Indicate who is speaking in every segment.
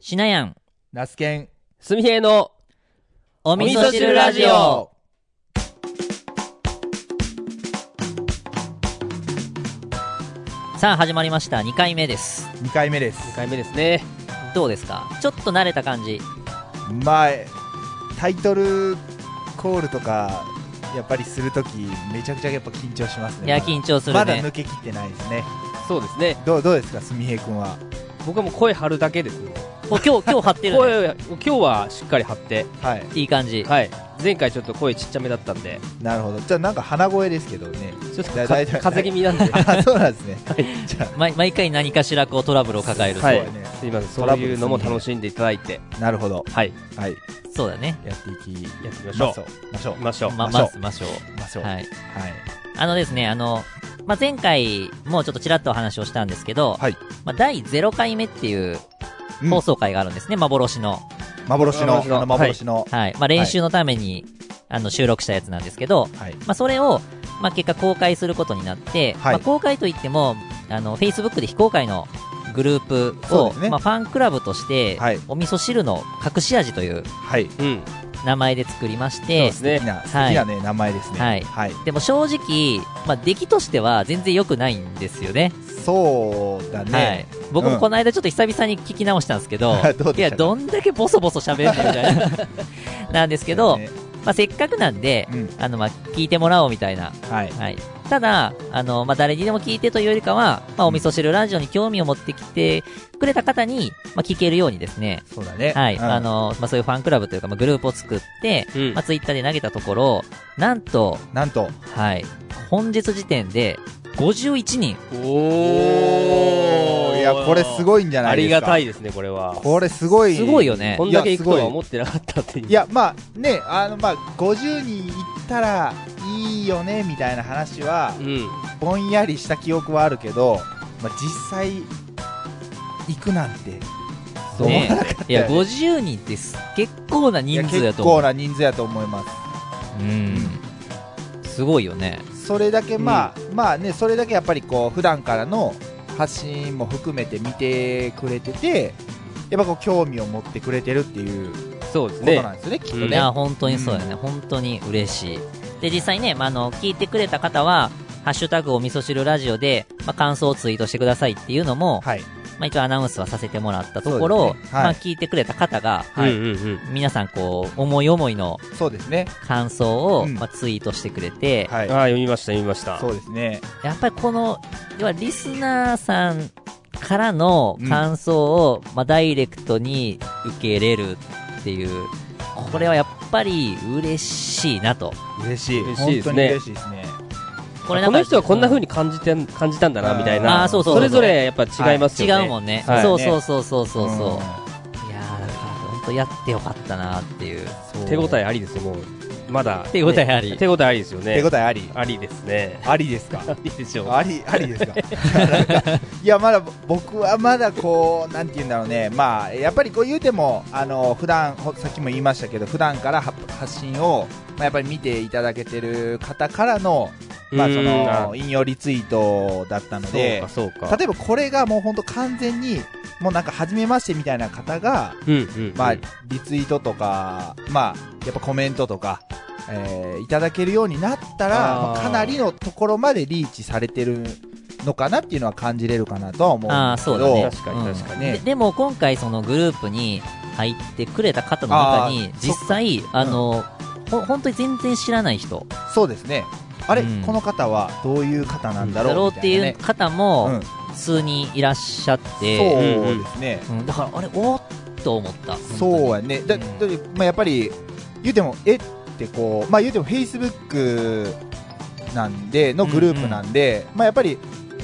Speaker 1: しなやん、
Speaker 2: ナスケン
Speaker 3: すみへいの、
Speaker 1: お
Speaker 3: 味噌汁ラジオ。
Speaker 1: さあ、始まりました。2回目です。
Speaker 2: 2回目です
Speaker 3: 2回目ですね。
Speaker 1: どうですかちょっと慣れた感じ。
Speaker 2: まあタイトルコールとかやっぱりするときめちゃくちゃやっぱ緊張しますね
Speaker 1: いや、緊張する
Speaker 2: まだ
Speaker 1: ね。
Speaker 2: 抜けきってないですね
Speaker 3: そうですね。
Speaker 2: どうどうですかすみへい君は
Speaker 3: 僕はもう声張るだけですよ。
Speaker 1: お 今日、今日張ってる、ね。
Speaker 3: 声を、今日はしっかり張って。
Speaker 2: はい
Speaker 1: いい感じ。
Speaker 3: はい。前回ちょっと声ちっちゃめだったんで、
Speaker 2: なるほどじゃあなんか鼻声ですけど ね
Speaker 3: ちょっと
Speaker 2: だだ
Speaker 3: か風
Speaker 2: いたい
Speaker 3: 邪気味なん で、す
Speaker 2: あそうなんですねじゃ
Speaker 1: 毎毎回何かしらこうトラブルを抱える。
Speaker 3: はい
Speaker 2: そうだね
Speaker 3: いませ
Speaker 2: ト
Speaker 3: ん。そ
Speaker 2: ラ
Speaker 3: う
Speaker 2: ブル
Speaker 3: いうのも楽しんでいただいて、
Speaker 2: あなるほど
Speaker 3: はい。
Speaker 2: はい
Speaker 1: そうだね。
Speaker 2: やっていき
Speaker 3: やっていきましょ
Speaker 2: ま
Speaker 3: う
Speaker 2: しょ。うましょう
Speaker 3: 行
Speaker 1: ま、
Speaker 2: ま
Speaker 3: きましょう。
Speaker 2: しょ
Speaker 1: ま
Speaker 2: う
Speaker 1: ず、ましょ
Speaker 2: ましょ
Speaker 1: う。
Speaker 2: う
Speaker 1: はい。
Speaker 2: はい
Speaker 1: あのですね、あの、まあ、前回もうちょっとちらっとお話をしたんですけど、
Speaker 2: はい
Speaker 1: まあ、第0回目っていう
Speaker 2: うん
Speaker 1: 放送回があるんですね、幻の。
Speaker 2: 幻の
Speaker 3: 幻の
Speaker 2: あの幻の
Speaker 1: はい。まあ、練習のために、あの、収録したやつなんですけど、
Speaker 2: はい
Speaker 1: まあ、それを、まあ、結果公開することになって、
Speaker 2: はい
Speaker 1: まあ、公開といっても、あの、Facebook で非公開のグループ
Speaker 2: そう
Speaker 1: を、
Speaker 2: ですね
Speaker 1: まあ、ファンクラブとして、
Speaker 2: はい
Speaker 1: お味噌汁の隠し味という
Speaker 2: はい
Speaker 3: うん。
Speaker 1: 名前で作りまし
Speaker 3: そうで
Speaker 1: て、
Speaker 3: す
Speaker 2: 好
Speaker 3: ね
Speaker 2: き。な素敵
Speaker 1: はい
Speaker 2: なね名前ですね
Speaker 1: はい
Speaker 2: はい
Speaker 1: でも正直、まあ、出来としては全然良くないんですよね。
Speaker 2: そうだ
Speaker 1: は
Speaker 2: ね
Speaker 1: い。僕
Speaker 2: う
Speaker 1: も
Speaker 2: ん
Speaker 1: この間ちょっと久々に聞き直したんですけど
Speaker 2: どうでした、か
Speaker 1: いや、どんだけボソボソ喋るのみたいな。 なんですけど、
Speaker 2: ね
Speaker 1: まあ、せっかくなんで、
Speaker 2: うん
Speaker 1: あの、まあ、聞いてもらおうみたいな。
Speaker 2: はい
Speaker 1: はい。ただ、あの、まあ、誰にでも聞いてというよりかは、まあ、お味噌汁ラジオに興味を持ってきてくれた方に、まあ、聞けるようにですね、
Speaker 2: そうだね
Speaker 1: はい。
Speaker 2: うん
Speaker 1: あの、まあ、そういうファンクラブというか、まあ、グループを作って、
Speaker 3: うん
Speaker 1: まあ、ツイッターで投げたところ、なんと、
Speaker 2: なんと
Speaker 1: はい。本日時点で、51人。
Speaker 3: お
Speaker 2: いやこれすごいんじゃな
Speaker 3: あ
Speaker 2: いで
Speaker 3: り
Speaker 2: すか
Speaker 3: がたいですね、これは。
Speaker 2: これすごい
Speaker 1: すごいよね
Speaker 3: こんだけ
Speaker 2: いやす
Speaker 3: 行く
Speaker 2: ご
Speaker 3: と
Speaker 2: い
Speaker 3: は思ってなかったっていう。
Speaker 2: いやまあねあのまあ50人いったらいいよねみたいな話は
Speaker 3: うん。
Speaker 2: ぼんやりした記憶はあるけど、まあ、実際行くなんて
Speaker 3: そう
Speaker 2: 思わ
Speaker 1: ね
Speaker 2: なかっ
Speaker 1: いや、50人ってす結構な
Speaker 2: たいや
Speaker 1: 人数だ
Speaker 2: 結
Speaker 1: と思
Speaker 2: 構
Speaker 1: う。
Speaker 2: な人数やと思いま
Speaker 1: うん。すごいよね。
Speaker 2: すそれだけまあ、まあねそれだけやっぱりこう普段からの発信も含めて見てくれててやっぱこう興味を持ってくれてるっていう
Speaker 3: そうです
Speaker 2: こと
Speaker 3: ね
Speaker 2: な。んですよねきっと
Speaker 3: うん
Speaker 1: い
Speaker 2: ね、
Speaker 1: や、本当にそうだね。本当に嬉しい。で、実際ね、まあ、あの、聞いてくれた方は、ハッシュタグお味噌汁ラジオで、まあ、感想をツイートしてくださいっていうのも、
Speaker 2: はい
Speaker 1: まあ、一応アナウンスはさせてもらったところ、
Speaker 2: そうですねはい
Speaker 1: まあ、聞いてくれた方が、
Speaker 2: はい
Speaker 3: うんうんうん。
Speaker 1: 皆さんこう、思い思いの
Speaker 2: そうですね
Speaker 1: 感想を、
Speaker 2: うん
Speaker 1: まあ、ツイートしてくれて、
Speaker 2: はい
Speaker 3: ああ、読みました、読みました。
Speaker 2: そうですね
Speaker 1: やっぱりこの、要はリスナーさんからの感想を、まあ、ダイレクトに受け入れるっていう、これはやっぱり嬉しいなと。
Speaker 2: 嬉しい
Speaker 3: 嬉しい
Speaker 2: 本
Speaker 3: で
Speaker 2: 当
Speaker 3: すね
Speaker 2: に嬉しいですね
Speaker 1: こ
Speaker 3: この人はこんな風
Speaker 1: に
Speaker 3: に感じてん、感じたんだな、みたいな。
Speaker 1: あーそうそう
Speaker 3: れぞれやっぱ違いますよね。
Speaker 1: 違うもんね。
Speaker 3: はい
Speaker 1: そうそうそうそうそうそう。いや
Speaker 2: ん
Speaker 1: ー、だから本当やってよかったなっていう。
Speaker 3: 手応えありですよ、もう。まだ。
Speaker 1: 手応えあり
Speaker 3: ね手応えありですよね。
Speaker 2: 手応えあり
Speaker 3: ありですね。
Speaker 2: ありですか
Speaker 3: ありでしょう。
Speaker 2: あり ありですかいやなんかいやまだ僕はまだこうなんて言うんだろうねまあやっぱりこう言うてもあの普段ほさっきも言いましたけど普段からは発信を、まあ、やっぱり見ていただけてる方からの,、まあ、
Speaker 3: うー
Speaker 2: そ
Speaker 3: ん
Speaker 2: の引用リツイートだったの
Speaker 3: そう
Speaker 2: で
Speaker 3: か、そうか。
Speaker 2: 例えばこれがもう本当完全にもうなんか初めましてみたいな方が
Speaker 3: うんうん。
Speaker 2: まあ
Speaker 3: うん、
Speaker 2: リツイートとか、まあ、やっぱコメントとか、えーいただけるようになったら、
Speaker 3: あー
Speaker 2: まあかなりのところまでリーチされてるのかなっていうのは感じれるかなとは思うんですけ
Speaker 1: あーそ
Speaker 2: ど。
Speaker 1: うだね
Speaker 3: 確かに確かに。
Speaker 2: ね
Speaker 1: ででも今回そのグループに入ってくれた方の中に
Speaker 2: あー
Speaker 1: 実際あ
Speaker 2: っか
Speaker 1: の、ほ本当に全然知らない人
Speaker 2: そうですね。あれ、
Speaker 1: うん
Speaker 2: この方はどういう方なんだ
Speaker 1: だろ
Speaker 2: ろう
Speaker 1: うっていう方も
Speaker 2: み
Speaker 1: 普通にいらっしゃった
Speaker 2: い
Speaker 1: て、
Speaker 2: なね
Speaker 3: えー
Speaker 2: そううんですね。
Speaker 1: うんだからあれおーっと思った
Speaker 2: そう
Speaker 1: う
Speaker 2: やね。だ、
Speaker 1: う
Speaker 2: だ
Speaker 1: ん
Speaker 2: ってまあ、やっぱり、言うても、えってこう、まあ言うても Facebook なんで、のグループなんで、まあやっぱり、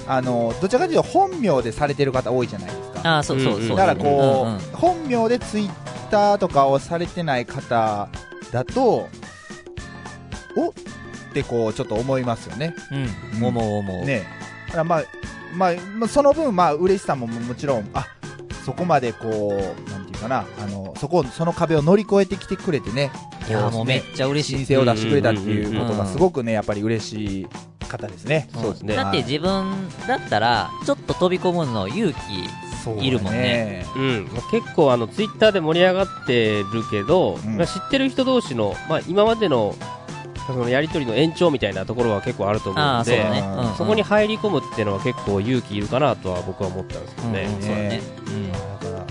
Speaker 2: あの、どちらかというと本名でされてる方多いじゃないですか。
Speaker 1: あーそうそう
Speaker 3: う
Speaker 1: そう
Speaker 3: んうん
Speaker 1: そう
Speaker 2: だからこう、
Speaker 1: んん
Speaker 2: 本名でツイッターとかをされてない方だと、おってこう、ちょっと思いますよね。
Speaker 1: うん
Speaker 2: うん
Speaker 1: 思う思う、
Speaker 2: ねだからまあ、まあ、まあその分、まあ、嬉しさもももちろん、あそこまでこう、なんていうかな、あの、そこを、その壁を乗り越えてきてくれてね、
Speaker 1: いやーもうめっ
Speaker 2: ね
Speaker 1: ちゃ嬉しい
Speaker 2: 申請を出してくれたっていうこ
Speaker 1: うんう
Speaker 2: と
Speaker 1: んうんう
Speaker 2: が、
Speaker 1: ん
Speaker 2: すごくね、やっぱり嬉しい方ですね。
Speaker 3: そうですね
Speaker 1: だって自分だったらちょっと飛び込むの勇気
Speaker 2: そうだ
Speaker 1: いるもんね。
Speaker 3: うん、まあ結構あのツイッターで盛り上がってるけど、
Speaker 2: うん
Speaker 3: まあ知ってる人同士の、まあ、今までのそのやり取りの延長みたいなところは結構あると思う
Speaker 1: あ
Speaker 3: の
Speaker 1: あ、そう
Speaker 3: で
Speaker 1: だね。
Speaker 2: うん
Speaker 1: うんうん
Speaker 3: そこに入り込むっていうのは結構勇気いるかなとは僕は思ったんですけどね。
Speaker 1: うんそうだね。
Speaker 2: だか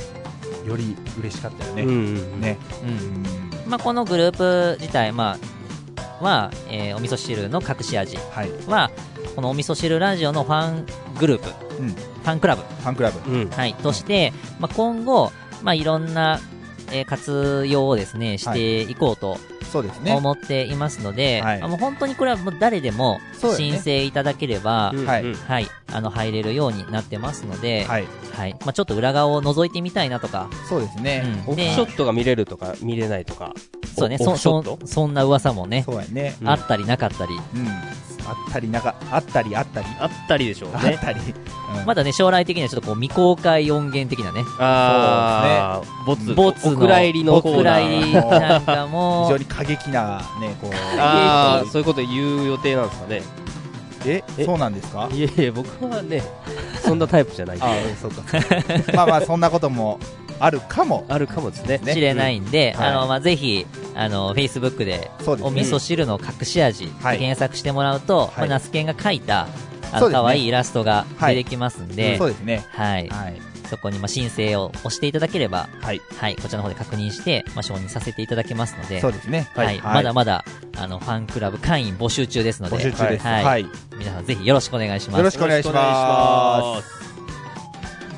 Speaker 2: らより嬉しかったよ
Speaker 3: うん
Speaker 2: ね。
Speaker 3: うんうん
Speaker 2: ね。
Speaker 1: うんうん
Speaker 2: うん
Speaker 1: まあ、このグループ自体、まあ、は、えーお味噌汁の隠し味
Speaker 2: はい。
Speaker 1: は、このお味噌汁ラジオのファングループ、フ
Speaker 2: うん。フ
Speaker 1: ァンクラブ、
Speaker 2: ァンクラブ。
Speaker 3: うん
Speaker 1: はい、として、まあ、今後、まあ、いろんな、えー活用をですね、していこうと
Speaker 2: そうですね。
Speaker 1: 思っていますので、
Speaker 2: はい
Speaker 1: あもう本当にこれはもう誰でも
Speaker 2: そうだよね
Speaker 1: 申請いただければ、
Speaker 3: うん
Speaker 2: はい
Speaker 3: うん
Speaker 1: はい、あの入れるようになってますので、はい
Speaker 2: はい。
Speaker 1: まあ、ちょっと裏側を覗いてみたいなとか、
Speaker 2: そうですね。
Speaker 1: うん
Speaker 3: オフショットが見れるとか見れないとか、
Speaker 1: そうね
Speaker 3: オ
Speaker 1: そ
Speaker 3: フショッ
Speaker 1: そ
Speaker 3: ト
Speaker 1: そんな噂もね、
Speaker 2: そうやね。
Speaker 3: うん
Speaker 1: あったりなかったり、
Speaker 2: うん。あったりなか、あったりあったり。
Speaker 3: あったりでしょう
Speaker 2: あっ
Speaker 3: ね。
Speaker 2: たり。うん
Speaker 1: まだね将来的にはちょっとこう未公開音源的なね、
Speaker 3: ああ、ボツ、
Speaker 1: ボツの
Speaker 3: お蔵入りの
Speaker 1: お
Speaker 3: コーナ
Speaker 1: 蔵
Speaker 3: ー
Speaker 1: 入。りなんか
Speaker 2: 非常
Speaker 1: も、
Speaker 2: に過激なね、こう。
Speaker 3: ああ、
Speaker 1: え
Speaker 3: そういうこと言う予定なんですかね。
Speaker 2: え、
Speaker 3: え
Speaker 2: そうなんですか
Speaker 3: いえいえ、僕はね、そんなタイプじゃないんで
Speaker 2: ああ、そうか。 まあまあ、そんなこともあるかも。
Speaker 3: あるかもですね。
Speaker 1: 知れないんで、
Speaker 2: はい
Speaker 1: あのまあ、ぜひ、あの、Facebook で、
Speaker 2: そうですね
Speaker 1: お味噌汁の隠し味、
Speaker 2: はい
Speaker 1: 検索してもらうと、
Speaker 2: い
Speaker 1: まあ、ナスケンが描いた、あ
Speaker 2: そ
Speaker 1: の、
Speaker 2: うですね
Speaker 1: 可愛いイラストが出てきますんで、
Speaker 2: そうですね。
Speaker 1: はい。
Speaker 2: はい。
Speaker 1: そこに、まあ、申請を押していただければ、
Speaker 2: はい。
Speaker 1: はい、こちらの方で確認して、まあ、承認させていただけますので、
Speaker 2: そうですね。
Speaker 1: はい、まだまだ、あの、ファンクラブ会員募集中ですので、
Speaker 2: 募集中です。
Speaker 1: はい
Speaker 2: はい。よ
Speaker 1: 皆さんぜひよろしくお願いします。
Speaker 2: ろしくお願いします。
Speaker 3: す。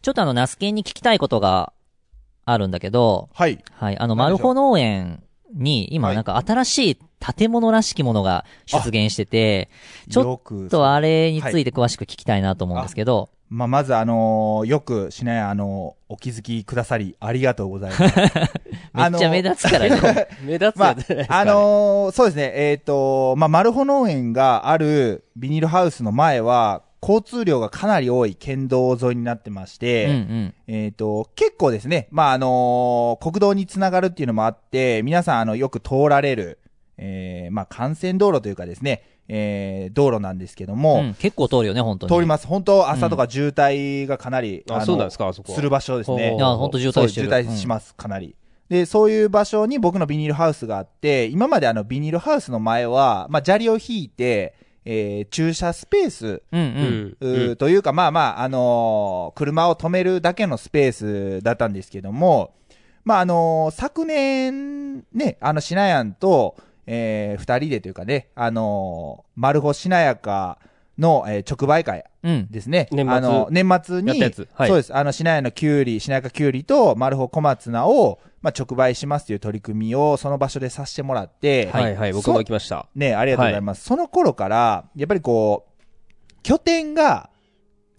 Speaker 1: ちょっとあの、ナスケンに聞きたいことがあるんだけど、
Speaker 2: はい。
Speaker 1: はい、あの、マ
Speaker 2: 何
Speaker 1: ル
Speaker 2: でしょ
Speaker 1: ホ
Speaker 2: う
Speaker 1: 農園に、今
Speaker 2: はい
Speaker 1: なんか新しい建物らしきものが出現してて、ちょ
Speaker 2: よく
Speaker 1: っとあれについて詳しく聞きたいなと思うんですけど、
Speaker 2: まあ、まず、あのーよく、しない、あのーお気づきくださり、ありがとうござい ます。
Speaker 1: めっちゃ目立つからね。
Speaker 3: 目立つ
Speaker 2: ま
Speaker 3: や
Speaker 2: あ
Speaker 3: つじゃないです、か
Speaker 2: あ
Speaker 3: ね。
Speaker 2: のーそうですね、えっ、と、まあ、マルホ農園があるビニールハウスの前は、交通量がかなり多い県道沿いになってまし
Speaker 1: う
Speaker 2: て、
Speaker 1: んうん。
Speaker 2: えっ、と、結構ですね、まあ、あのー国道につながるっていうのもあって、皆さん、あの、よく通られる、えー、まあ、幹線道路というかですね、えー、道路なんですけども、
Speaker 1: うん結構通るよね、本当に。
Speaker 2: 通り
Speaker 1: ま
Speaker 2: ます。本当、朝とか渋滞がかなり、
Speaker 3: あ
Speaker 2: の
Speaker 3: そうなんですかあそこは
Speaker 2: する場所ですね
Speaker 3: ほ。
Speaker 1: いうや、本当渋
Speaker 2: そう
Speaker 1: 滞してる。
Speaker 2: 渋滞します、かなり。で、そういう場所に僕のビニールハウスがあって、今まであのビニールハウスの前は、まあ、砂利を引いて、えー、駐車スペース、
Speaker 1: うんう。
Speaker 3: うんん
Speaker 2: うーというか、まあまあ、あのー車を止めるだけのスペースだったんですけども、まああのー昨年、ね、あの、しなやんと、えー、二人でというかね、あのー、マルホしなやかの、えー直売会
Speaker 1: うん。
Speaker 2: ですね。
Speaker 3: 年末
Speaker 2: あの、年末
Speaker 3: やっ
Speaker 2: に、
Speaker 3: たやつはい
Speaker 2: そうです。あの、市内のキュウリ、市内かキュウリと、マルホ小松菜を、まあ、直売しますという取り組みを、その場所でさせてもらって、
Speaker 3: はいはい、僕も行きました。
Speaker 2: ね、ありがとうございます。その頃から、やっぱりこう、拠点が、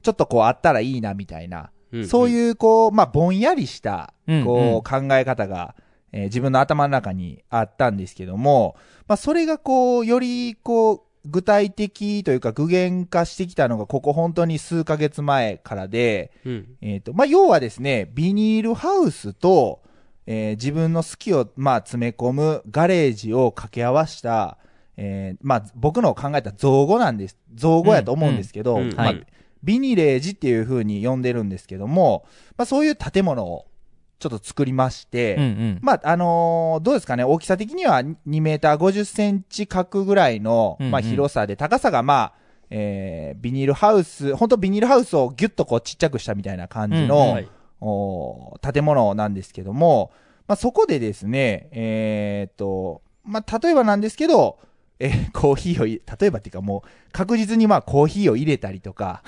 Speaker 2: ちょっとこうあったらいいな、みたいな。そう
Speaker 3: う
Speaker 2: いう、こう、まあ、ぼんやりした、
Speaker 1: うん
Speaker 2: こう、考え方が、えー自分の頭の中にあったんですけども、まあ、それがこう、より、こう、具体的というか具現化してきたのが、ここ本当に数ヶ月前からで、
Speaker 3: んうん、
Speaker 2: えっ、と、まあ、要はですね、ビニールハウスと、えー自分の好きを、まあ、詰め込むガレージを掛け合わした、えーまあ、僕の考えた造語なんです。造語やと思うんですけど、
Speaker 3: うんうん
Speaker 2: まあ
Speaker 3: はい
Speaker 2: ビニレージっていう風に呼んでるんですけども、まあ、そういう建物をちょっと作りまして、
Speaker 1: うんうん。
Speaker 2: まあ、あのーどうですかね、大きさ的には2メーター50センチ角ぐらいの、
Speaker 1: うんうん
Speaker 2: まあ、広さで、高さがまあ、えービニールハウス、本当ビニールハウスをギュッとこうちっちゃくしたみたいな感じ
Speaker 1: うん
Speaker 2: の、
Speaker 3: はい
Speaker 2: おー建物なんですけども、まあ、そこでですね、えーっと、まあ、例えばなんですけど、えーコーヒーをい、例えばっていうかもう、確実にまあ、コーヒーを入れたりとか、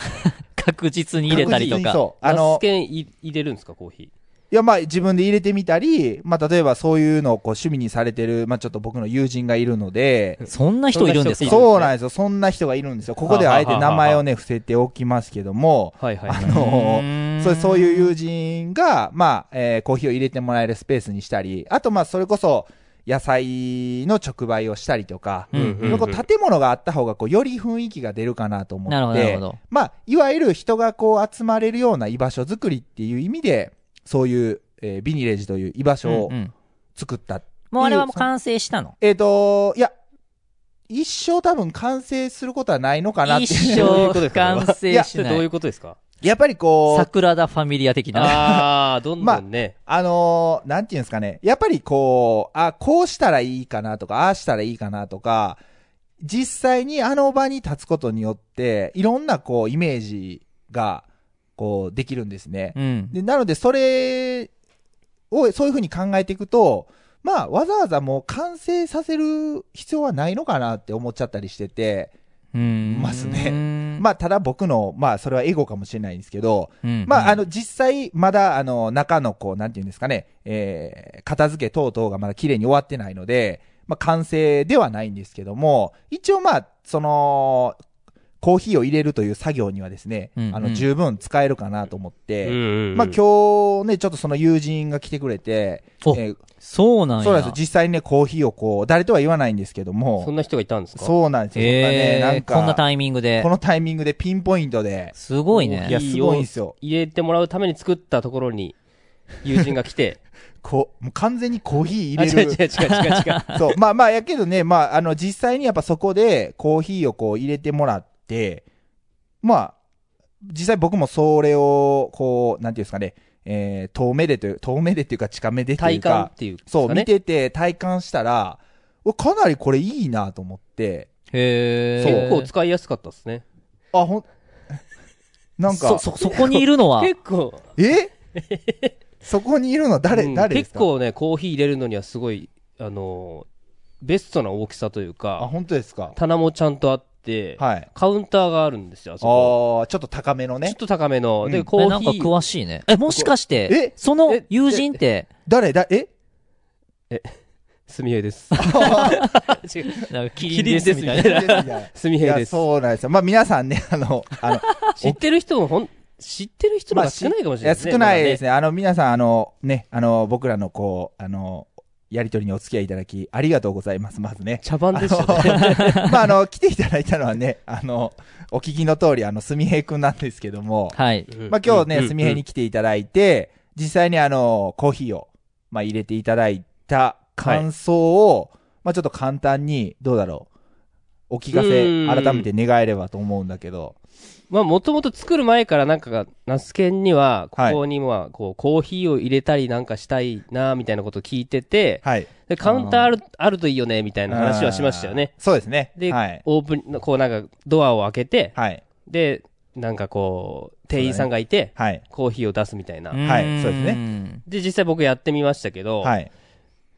Speaker 1: 確実に入れたりと
Speaker 2: 確実に
Speaker 1: か。
Speaker 2: そう。あの
Speaker 3: ナス、ケンい入れるんですか、コーヒ
Speaker 2: いや、まあ、自分で入れてみたり、まあ、例えばそういうのをこう趣味にされてる、まあ、ちょっと僕の友人がいるので、
Speaker 1: そんな人いるんです
Speaker 3: いい
Speaker 1: か
Speaker 3: ですね
Speaker 2: そうなんですよ。そんな人がいるんですよ。ここではあえて名前をね、伏せておきますけども、
Speaker 3: ー。はいはい、
Speaker 2: あ
Speaker 3: はい。
Speaker 2: の
Speaker 1: ーん
Speaker 2: そうそういう友人が、まあ、えーコーヒーを入れてもらえるスペースにしたり、あと、まあ、それこそ、野菜の直売をしたりとか、
Speaker 1: うんうん
Speaker 2: こう建物があった方が、こう、より雰囲気が出るかなと思って、
Speaker 1: なるほど、なるほど。
Speaker 2: まあ、いわゆる人がこう集まれるような居場所作りっていう意味で、そういう、えービニレージという居場所を
Speaker 1: うんうん
Speaker 2: 作った。
Speaker 1: もうあれはもう完成したの
Speaker 2: えっ、と、いや、一生多分完成することはないのかなって
Speaker 1: 一
Speaker 2: いう。
Speaker 3: どういうこと
Speaker 1: 生
Speaker 3: ですか
Speaker 1: 完
Speaker 2: い
Speaker 1: 成
Speaker 2: や
Speaker 1: し
Speaker 3: それ
Speaker 1: な
Speaker 3: どうい
Speaker 1: いう
Speaker 3: ことですか
Speaker 2: やっぱりこう、
Speaker 1: 桜田ファミリア的な
Speaker 3: ああ、どんどんね。
Speaker 2: あのーなんていうんですかね。やっぱりこう、あ、こうしたらいいかなとか、ああしたらいいかなとか、実際にあの場に立つことによって、いろんなこう、イメージが、こう、できるんですね。
Speaker 1: うん
Speaker 2: でなので、それを、そういうふうに考えていくと、まあ、わざわざもう完成させる必要はないのかなって思っちゃったりしてて、
Speaker 1: うん
Speaker 2: ますね
Speaker 1: うん
Speaker 2: まあ、ただ僕の、まあ、それはエゴかもしれないんですけど、
Speaker 1: うん
Speaker 2: まあ、あの、実際、まだ、あの、中の、こう、なんていうんですかね、えー、片付け等々がまだ綺麗に終わってないので、まあ、完成ではないんですけども、一応、まあ、その、コーヒーを入れるという作業にはですね、
Speaker 1: うん
Speaker 2: あ
Speaker 1: うん
Speaker 2: の、十分使えるかなと思って、ま
Speaker 3: ま
Speaker 2: あ、今日ね、ちょっとその友人が来てくれて、
Speaker 1: お
Speaker 2: えー
Speaker 1: そうなんや
Speaker 2: そうなんです実際にね、コーヒーをこう、誰とは言わないんですけど
Speaker 3: そ
Speaker 2: も、
Speaker 3: んな人がいたんですか
Speaker 2: そうなんですよ。
Speaker 1: え
Speaker 2: そんなね、なん
Speaker 1: ー
Speaker 2: か、
Speaker 1: こんなタイミングで
Speaker 2: このタイミングでピンポイントで、
Speaker 1: すごい
Speaker 2: いや、
Speaker 1: ね
Speaker 2: すごいんですよ。
Speaker 3: 入れてもらうために作ったところ に、友人が来て。
Speaker 2: こう、もう完全にコーヒー
Speaker 3: あ、違
Speaker 2: 入れ
Speaker 3: う違う違う
Speaker 2: る。
Speaker 3: 違う 違う。
Speaker 2: そう。まあまあ、やけどね、まあ、あの、実際にやっぱそこでコーヒーをこう入れてもらって、まあ、実際僕もそれを、こう、なんていうんですかね、えー、遠目でという、遠目でっていうか近目でっていう
Speaker 3: 体感
Speaker 2: か
Speaker 3: っ、ていうかね。
Speaker 2: そう、見てて体感したら、うわかなりこれいいなと思って、
Speaker 1: へ
Speaker 2: そう
Speaker 1: え
Speaker 3: 結構使いやすかったですね。
Speaker 2: あ、ほん、なん
Speaker 1: そ
Speaker 2: か、
Speaker 1: そそこにいるのは
Speaker 3: 結構、
Speaker 2: え そこにいるの誰、
Speaker 3: うん
Speaker 2: 誰です
Speaker 3: 結
Speaker 2: か
Speaker 3: 構ね、コーヒー入れるのにはすごい、あのー、ベストな大きさという
Speaker 2: あ、
Speaker 3: か、
Speaker 2: 本当ですか
Speaker 3: 棚もちゃんとあって、
Speaker 2: はい。
Speaker 3: カウンターがあるんですよ、あ
Speaker 2: あ
Speaker 3: そこ。
Speaker 2: ー、ちょっと高めの
Speaker 3: ちょっ
Speaker 2: ね。
Speaker 3: と高めの。
Speaker 2: う
Speaker 3: で、
Speaker 2: ん
Speaker 3: コーヒー。
Speaker 1: えなんか詳しいねえもしかして
Speaker 2: え
Speaker 1: その友人って
Speaker 2: 誰だ、 え
Speaker 3: すみへいです。 違う。
Speaker 1: なんかキ
Speaker 3: キリンですみたい
Speaker 2: い
Speaker 3: な。
Speaker 2: やいや
Speaker 3: すみ
Speaker 2: い
Speaker 3: へい
Speaker 2: や、
Speaker 3: です。
Speaker 2: そうなんですよ。まあ皆さんね、あの、あの、
Speaker 3: 知ってる人もほん、知ってる人の方が少ないかもし
Speaker 2: い
Speaker 3: れな
Speaker 2: や
Speaker 3: いですね。
Speaker 2: 少ないです
Speaker 3: ね。
Speaker 2: ね。あの、皆さん、あの、ね、あの、僕らのこう、あの、やりとりにお付き合いいただき、ありがとうございます、 まずね。
Speaker 3: 茶番
Speaker 2: あ
Speaker 3: ですよね。
Speaker 2: のまあ、あの、来ていただいたのはね、あの、お聞きの通り、あの、すみへいくんなんですけども、
Speaker 1: はい
Speaker 2: まあ、今日
Speaker 3: うん
Speaker 2: ね、すみへいに来ていただいて、実際にあの、コーヒーを、まあ、入れていただいた感想を、まあ、ちょっと簡単に、どうだろう、お聞か
Speaker 3: う
Speaker 2: せ、
Speaker 3: ん
Speaker 2: 改めて願えればと思うんだけど、
Speaker 3: まあ、もともと作る前からなんかが、ナスケンには、ここには、こう、コーヒーを入れたりなんかしたいな、みたいなことを聞いてて、
Speaker 2: はい。
Speaker 3: で、カウンターある、あるといいよね、みたいな話はしましたよね。
Speaker 2: あー。そうですね。
Speaker 3: で
Speaker 2: はい、。
Speaker 3: オープン、こうなんか、ドアを開けて、
Speaker 2: はい。
Speaker 3: で、なんかこう、店員さんがいて、
Speaker 2: はい。
Speaker 3: コーヒーを出すみたいな。
Speaker 2: はいそうですね
Speaker 1: ね
Speaker 3: で、実際僕やってみましたけど、
Speaker 2: はい。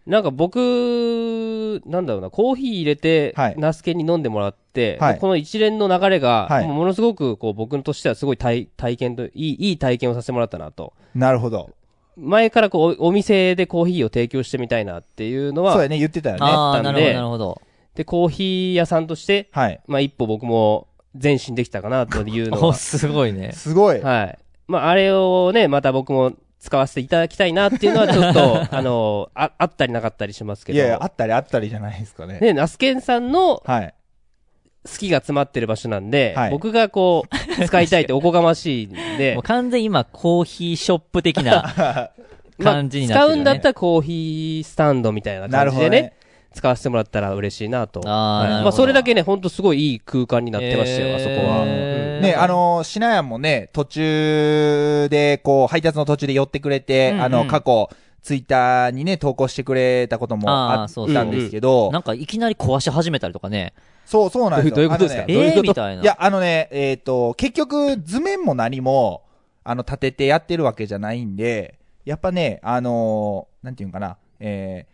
Speaker 3: なんか僕、なんだろうな、コーヒー入れて、
Speaker 2: はい
Speaker 3: ナスケに飲んでもらって、
Speaker 2: はい
Speaker 3: この一連の流れが、
Speaker 2: はい
Speaker 3: もうものすごくこう僕としてはすごい体体験といい、いい体験をさせてもらったなと。
Speaker 2: なるほど。
Speaker 3: 前からこうおお店でコーヒーを提供してみたいなっていうの
Speaker 2: そう
Speaker 3: は、
Speaker 2: やね、言ってたよね。
Speaker 1: ああ
Speaker 3: な
Speaker 1: な
Speaker 3: っ
Speaker 1: るほど
Speaker 3: たんで
Speaker 1: なるほど
Speaker 3: で、コーヒー屋さんとして、
Speaker 2: はい。
Speaker 3: まあ一歩僕も前進できたかなとい うの
Speaker 1: お
Speaker 3: は、
Speaker 1: すごいね
Speaker 2: すごい。
Speaker 3: はい。まああれをね、また僕も使わせていただきたいなっていうのはちょ っと、あの、ああったりなかったりしますけ
Speaker 2: い
Speaker 3: ど、
Speaker 2: やいや、あったりあったりじゃないですかね。
Speaker 3: ね、ナスケンさんの
Speaker 2: はい。
Speaker 3: 好きが詰まってる場所なんで、
Speaker 2: はい
Speaker 3: 僕がこう、使いたいっておこがましいんで
Speaker 1: もう、完全に今コーヒーショップ的な
Speaker 3: まあ、
Speaker 1: 感じになって
Speaker 3: 使
Speaker 1: るよね
Speaker 3: うんだったらコーヒースタンドみたいな
Speaker 2: なる
Speaker 3: 感
Speaker 2: ほ
Speaker 3: じ
Speaker 2: ど
Speaker 3: でね、
Speaker 2: ね。
Speaker 3: 使わせてもらったら嬉しいなと。
Speaker 1: あー
Speaker 3: は
Speaker 1: な
Speaker 3: い
Speaker 1: るほど
Speaker 3: まあ、それだけね、ほんとすごいいい空間になってましたよ、
Speaker 1: へー
Speaker 3: あそこは。
Speaker 1: へ
Speaker 2: ね、あの、しなやもね、途中で、こう、配達の途中で寄ってくれて、
Speaker 1: うんうん
Speaker 2: あの、過去、ツイッターにね、投稿してくれたことも
Speaker 1: あー
Speaker 2: あっ
Speaker 1: そう
Speaker 3: そう
Speaker 2: たんですけど、
Speaker 1: なんかいきなり壊し始めたりとかね
Speaker 2: そうそうなんですよ。
Speaker 3: どういうことですか
Speaker 2: あのね
Speaker 3: どういう
Speaker 1: え
Speaker 3: こ
Speaker 1: え
Speaker 3: と
Speaker 1: みたいない
Speaker 2: や、あのね、えっ、と、結局、図面も何も、あの、立ててやってるわけじゃないんで、やっぱね、あのーなんていうんかな、えー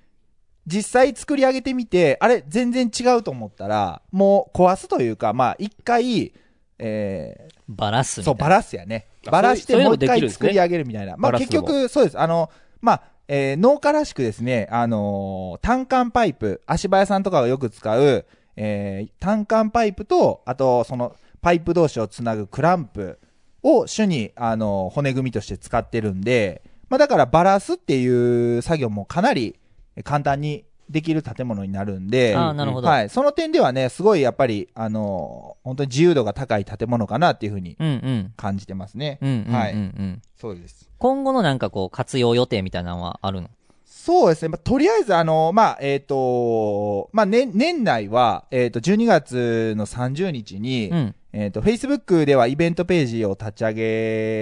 Speaker 2: 実際作り上げてみて、あれ、全然違うと思ったら、もう壊すというか、まあ、一回、えー
Speaker 1: バラすみたい
Speaker 2: そ、
Speaker 1: うな
Speaker 2: バラすやね。
Speaker 3: あ
Speaker 2: バラして、
Speaker 3: そういう
Speaker 2: もう
Speaker 3: そういうの
Speaker 2: 一
Speaker 3: もで
Speaker 2: 回
Speaker 3: きるんですね
Speaker 2: 作り上げるみたいな。まあ、
Speaker 3: バラ
Speaker 2: 結
Speaker 3: すのも
Speaker 2: 局、そうです。あの、まあ、えー農家らしくですね、あのー単管パイプ、足早さんとかがよく使う、えー単管パイプと、あと、その、パイプ同士をつなぐクランプを主に、あのー骨組みとして使ってるんで、まあ、だから、バラすっていう作業もかなり簡単にできる建物になるんで、
Speaker 1: あーなるほど
Speaker 2: はい。その点ではね、すごい、やっぱり、あのー本当に自由度が高い建物かなっていうふうに
Speaker 1: うんうん
Speaker 2: 感じてますね。
Speaker 1: うんうんうんうん
Speaker 2: はいそうです。
Speaker 1: 今後のなんかこう活用予定みたいなのはあるの
Speaker 2: そうですね。まあ、とりあえず、あの、まあ、えっ、と、まあ、年、年内は、えっ、と、12月の30日に、
Speaker 1: うん。
Speaker 2: えっ、と、Facebook ではイベントページを立ち上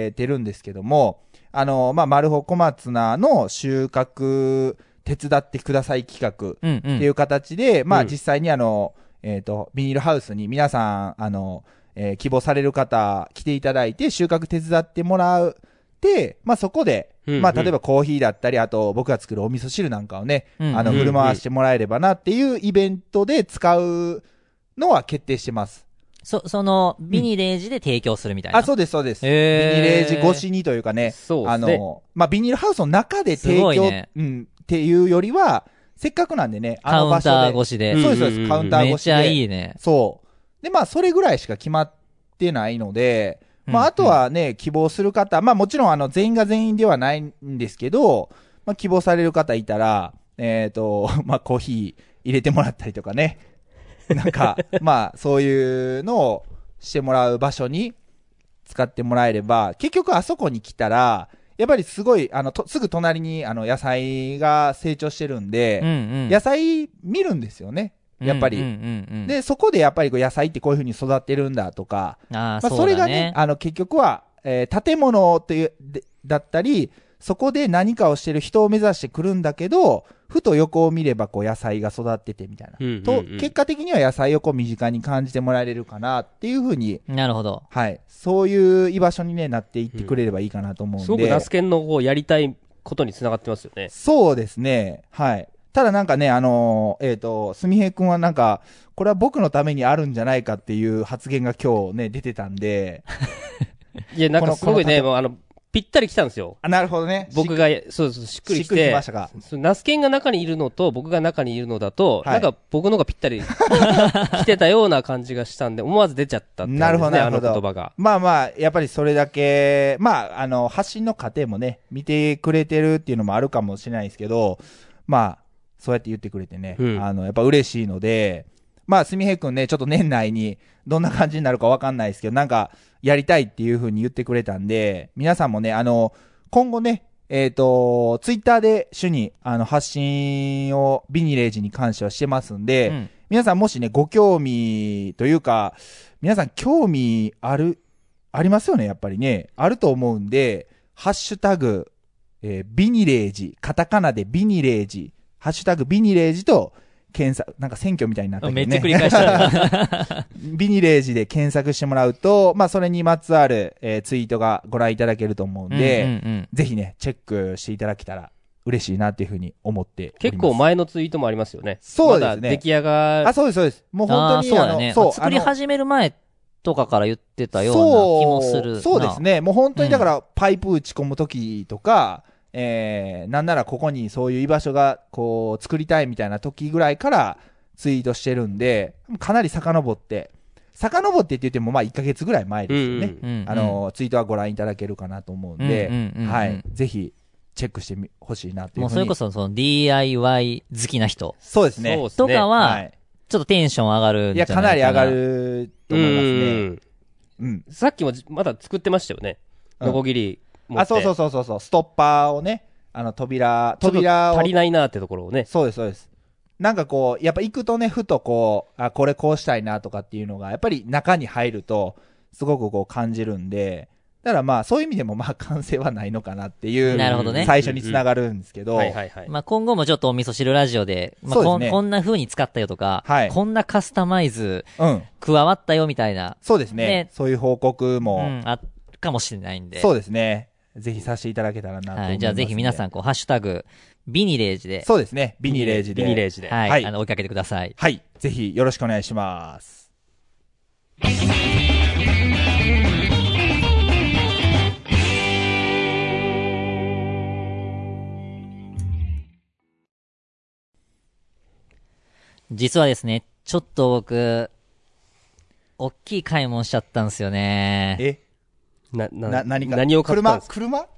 Speaker 2: げてるんですけども、あの、まあ、マルホ小松菜の収穫手伝ってください企画
Speaker 1: うん。うん。
Speaker 2: っていう形で、まあ、
Speaker 3: うん
Speaker 2: 実際にあの、えっ、と、ビニールハウスに皆さん、あの、えー希望される方来ていただいて収穫手伝ってもらう。で、まあ、そこで、
Speaker 3: うんうん
Speaker 2: まあ、例えばコーヒーだったり、あと僕が作るお味噌汁なんかをね、
Speaker 1: うん
Speaker 2: あの、
Speaker 1: うん
Speaker 3: うん
Speaker 2: 振る舞わしてもらえればなっていうイベントで使うのは決定してます。
Speaker 1: そ、その、ビニレージで提供するみたいな。
Speaker 2: あ、そうです、そうです。ビニ
Speaker 1: へー
Speaker 2: レージ越しにというかね、
Speaker 3: そうで
Speaker 2: あ
Speaker 3: すね。
Speaker 2: の、まあ、ビニールハウスの中で提
Speaker 1: すごい
Speaker 2: 供、
Speaker 1: ね
Speaker 2: うん、っていうよりは、せっかくなんでね、あ
Speaker 1: カ
Speaker 2: の
Speaker 1: ウ
Speaker 2: 場
Speaker 1: ン
Speaker 2: 所
Speaker 1: タ
Speaker 2: で
Speaker 1: ー。越しで。
Speaker 2: そうです、そうで
Speaker 3: うんうん
Speaker 2: す。
Speaker 3: うん
Speaker 2: カウンター
Speaker 1: めっ
Speaker 2: 越し
Speaker 1: ちゃ
Speaker 2: で。
Speaker 1: いいね。
Speaker 2: そう。で、まあ、それぐらいしか決まってないので、まあ、
Speaker 1: うん
Speaker 2: あとはね、希望する方、まあ、もちろん、あの、全員が全員ではないんですけど、まあ、希望される方いたら、えっ、と、 まあ、コーヒー入れてもらったりとかね。 なんか、まあ、そういうのをしてもらう場所に使ってもらえれば、結局あそこに来たら、やっぱりすごい、あの、とすぐ隣に、あの、野菜が成長してるんで、
Speaker 1: うんうん。
Speaker 2: 野菜見るんですよね。やっぱり。
Speaker 1: うんうんうんうん。
Speaker 2: で、そこでやっぱりこう野菜ってこういう風に育ってるんだとか、
Speaker 1: あ
Speaker 2: ま
Speaker 1: ー、
Speaker 2: あ、それ
Speaker 1: うだ
Speaker 2: がね、あの、結局は、えー建物という、でだったり、そこで何かをしてる人を目指してくるんだけど、ふと横を見ればこう野菜が育っててみたいな。
Speaker 3: うんうんうん
Speaker 2: と、結果的には野菜をこう身近に感じてもらえるかなっていう風に、
Speaker 1: なるほど。
Speaker 2: はい。そういう居場所にね、なっていってくれればいいかなと思うんで。
Speaker 3: すごくナスケンのこうやりたいことにつながってますよね。
Speaker 2: そうですね。はい。ただなんかね、あのーえっ、と、すみへいくんはなんか、これは僕のためにあるんじゃないかっていう発言が今日ね、出てたんで、
Speaker 3: いや、なん
Speaker 2: こ
Speaker 3: か
Speaker 2: の
Speaker 3: すごいね、
Speaker 2: こ
Speaker 3: もうあの、ぴったり来たんですよ。
Speaker 2: あ、なるほどね。
Speaker 3: 僕
Speaker 2: し
Speaker 3: が、そうそう、しっく
Speaker 2: し
Speaker 3: り
Speaker 2: っ
Speaker 3: き
Speaker 2: くり
Speaker 3: て
Speaker 2: きましたか。
Speaker 3: そうナスケンが中にいるのと、僕が中にいるのだと、
Speaker 2: はい
Speaker 3: なんか僕の方がぴ ったり来てたような感じがしたんで、思わず出ちゃったっていう
Speaker 2: なるほど
Speaker 3: ね、
Speaker 2: な
Speaker 3: あ
Speaker 2: るほ
Speaker 3: の
Speaker 2: ど
Speaker 3: 言葉が。
Speaker 2: まあまあ、やっぱりそれだけ、まあ、あの、発信の過程もね、見てくれてるっていうのもあるかもしれないですけど、まあ、そうやって言ってくれてね、
Speaker 3: うん
Speaker 2: あの、やっぱ嬉しいので、まあ、すみへいくんね、ちょっと年内にどんな感じになるかわかんないですけど、なんか、やりたいっていうふうに言ってくれたんで、皆さんもね、あの、今後ね、えっ、と、ツイッターで主に、あの、発信を、ビニレージに関してはしてますんで、
Speaker 1: うん
Speaker 2: 皆さんもしね、ご興味というか、皆さん興味ある、ありますよね、やっぱりね。あると思うんで、ハッシュタグ、えービニレージ、カタカナでビニレージ、ハッシュタグビニレージと検索、なんか選挙みたいになったけど
Speaker 1: め
Speaker 2: ね。
Speaker 1: っちゃ繰り返したね。
Speaker 2: ビニレージで検索してもらうと、まあ、それにまつわる、えーツイートがご覧いただけると思うんで、
Speaker 1: うんうんうん
Speaker 2: ぜひね、チェックしていただけたら嬉しいなっていうふうに思っております。
Speaker 3: 結構前のツイートもありますよね。
Speaker 2: そうですね
Speaker 3: まだ出来上が
Speaker 2: あ、そうです、そうです。もう
Speaker 1: あ
Speaker 2: 本
Speaker 1: ー
Speaker 2: 当
Speaker 1: そう
Speaker 2: に、
Speaker 1: だね。
Speaker 2: の、そう、
Speaker 1: 作り
Speaker 2: あの
Speaker 1: 始める前とかから言ってたような気もするな。
Speaker 2: そうそうですね。もう本当にだから、パイプ打ち込む時とか、えー、なんならここにそういう居場所が、こう、作りたいみたいな時ぐらいからツイートしてるんで、かなり遡って、遡ってって言っても、まあ、1ヶ月ぐらい前ですよね。
Speaker 3: うんうん
Speaker 1: うん。うん
Speaker 2: あ、の、ツイートはご覧いただけるかなと思うんで、
Speaker 1: うんうんうんうん
Speaker 2: はい。ぜひ、チェックしてみ、ほしいなっていう
Speaker 1: もう
Speaker 2: ふうに。
Speaker 1: それこそ、その DIY 好きな人
Speaker 2: そうです
Speaker 3: る。
Speaker 2: ね。
Speaker 3: そうです
Speaker 1: と
Speaker 3: ね。
Speaker 1: か
Speaker 2: は
Speaker 1: は、
Speaker 2: い。
Speaker 1: ちょっとテンション上がるん
Speaker 2: い
Speaker 1: じゃ
Speaker 2: や、
Speaker 1: ない
Speaker 2: かなり上が。ると思います
Speaker 3: う
Speaker 2: ね。
Speaker 3: ん
Speaker 2: うん。
Speaker 3: さっきもじまだ作ってましたよね。
Speaker 2: うん
Speaker 3: ノコギリ持って。
Speaker 2: あ、そうそうそうそうそう、ストッパーをね、あの、扉、扉
Speaker 3: ちょっと
Speaker 2: を
Speaker 3: 足りないなってところをね。
Speaker 2: そうです、そうです。なんかこう、やっぱ行くとね、ふとこう、あ、これこうしたいなとかっていうのが、やっぱり中に入ると、すごくこう感じるんで、だからまあ、そういう意味でもまあ、完成はないのかなっていう、
Speaker 1: なるほどね
Speaker 2: 最初につながるんですけど、
Speaker 3: はいはいはい。
Speaker 1: まあ、今後もちょっとお味噌汁ラジオで、まあ、
Speaker 2: そうで
Speaker 1: こ
Speaker 2: す
Speaker 1: ん
Speaker 2: ね
Speaker 1: こんな風に使ったよとか、
Speaker 2: はい
Speaker 1: こんなカスタマイズ
Speaker 2: うん。
Speaker 1: 加わったよみたいな、
Speaker 2: そうですね。
Speaker 1: ね
Speaker 2: そういう報告
Speaker 1: う
Speaker 2: も、
Speaker 1: ん、あるかもしれないんで。
Speaker 2: そうですね。ぜひさせていただけたらなと思いますんで、
Speaker 1: はい。じゃあぜひ皆さん、こう、ハッシュタグ、ビニレージで、
Speaker 2: そうですね。ビニレージで。
Speaker 3: ビニレージで。
Speaker 1: はい、
Speaker 2: はい
Speaker 1: あの、追いかけてください。
Speaker 2: はい。ぜひよろしくお願いします。
Speaker 1: 実はですね、ちょっと僕、大きい買い物しちゃったんですよね。
Speaker 2: え
Speaker 3: な、な
Speaker 2: な、何か。
Speaker 3: 何を買ったんですか
Speaker 2: 車車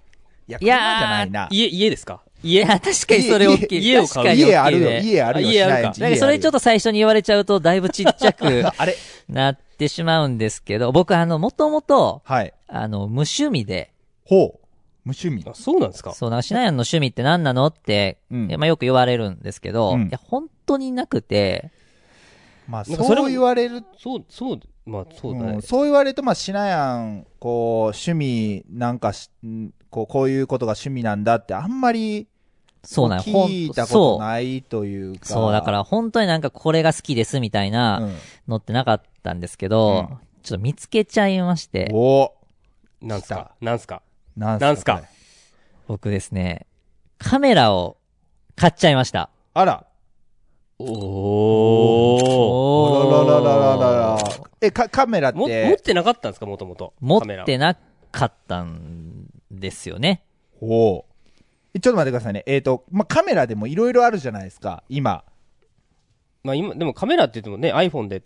Speaker 2: いや、
Speaker 1: いやー
Speaker 2: 車じゃないな。
Speaker 3: 家、家ですか
Speaker 1: いや、確かにそれ大きい。
Speaker 3: 家家を買う
Speaker 1: 確かに大きいね
Speaker 2: 家あるよ家あるよ
Speaker 3: あ家ある
Speaker 2: しな
Speaker 3: か
Speaker 2: い
Speaker 1: なんかそれちょっと最初に言われちゃうと、だいぶちっちゃく
Speaker 2: あれ
Speaker 1: なって しまうんですけど、僕あの、もともと、
Speaker 2: はい。
Speaker 1: あの、無趣味で、
Speaker 2: ほう。無趣味
Speaker 3: あ、。そうなんですか
Speaker 1: そう、なんかシナヤンの趣味って何なのって、
Speaker 2: うん
Speaker 1: まあ、よく言われるんですけど、
Speaker 2: うん
Speaker 1: いや、本当になくて、
Speaker 2: まあ、
Speaker 3: なんかそれ
Speaker 2: そ
Speaker 3: も
Speaker 2: う言われる
Speaker 3: そう、そう、まあそうだ
Speaker 2: う
Speaker 3: ね
Speaker 2: ん。そう言われると、まあ、しなやん、こう、趣味なんかし、んこう、こういうことが趣味なんだって、あんまり、
Speaker 1: そうなの、ほん
Speaker 2: 聞いたこと
Speaker 1: そう。
Speaker 2: ないというか。
Speaker 1: そう、だから本当になんかこれが好きですみたいな
Speaker 2: うん
Speaker 1: のってなかったんですけど、
Speaker 2: うん
Speaker 1: ちょっと見つけちゃいまして、
Speaker 2: お
Speaker 3: なんすかなんすか
Speaker 2: なん
Speaker 3: なんすか
Speaker 2: これ
Speaker 1: 僕ですね、カメラを買っちゃいました。
Speaker 2: あら。
Speaker 3: おー。
Speaker 2: あらららららら
Speaker 1: おー
Speaker 2: え、か、カメラっ、
Speaker 3: も持っててなかったんですかもともと。
Speaker 1: 持
Speaker 3: カメラ
Speaker 1: ってなかったんですよね。
Speaker 2: おうえちょっと待ってくださいね。えっ、と、まあ、カメラでもいろいろあるじゃないですか、今。
Speaker 3: まあ今、でもカメラって言ってもね、iPhone で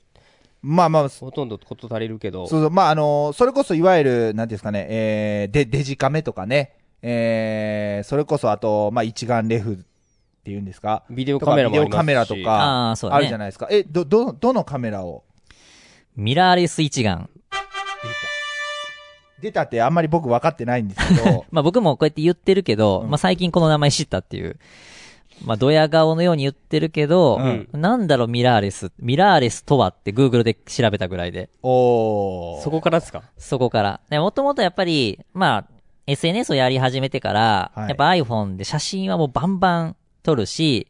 Speaker 2: まあまあ、そ
Speaker 3: ほとんどこと足りるけど。
Speaker 2: そうそう、まあ、あのそれこそいわゆる、なんていうんですかね、えー、で、デジカメとかね、えー、それこそあと、まあ、一眼レフっていうんですか。
Speaker 3: ビデオカメラもありますし
Speaker 2: ビデオカメラとか、
Speaker 1: あーそうだね
Speaker 2: あるじゃないですか。え、ど、ど、どのカメラを
Speaker 1: ミラーレス一眼。、
Speaker 2: 出たってあんまり僕分かってないんですけど
Speaker 1: まあ僕もこうやって言ってるけど、
Speaker 2: うん
Speaker 1: まあ最近この名前知ったっていう。まあドヤ顔のように言ってるけど、
Speaker 2: うん
Speaker 1: なんだろうミラーレス。ミラーレスとはって Google で調べたぐらいで。
Speaker 2: おー。
Speaker 3: そこからですか
Speaker 1: そこから。で、もともとやっぱり、まあ、SNS をやり始めてから、
Speaker 2: はい
Speaker 1: やっぱ iPhone で写真はもうバンバン撮るし、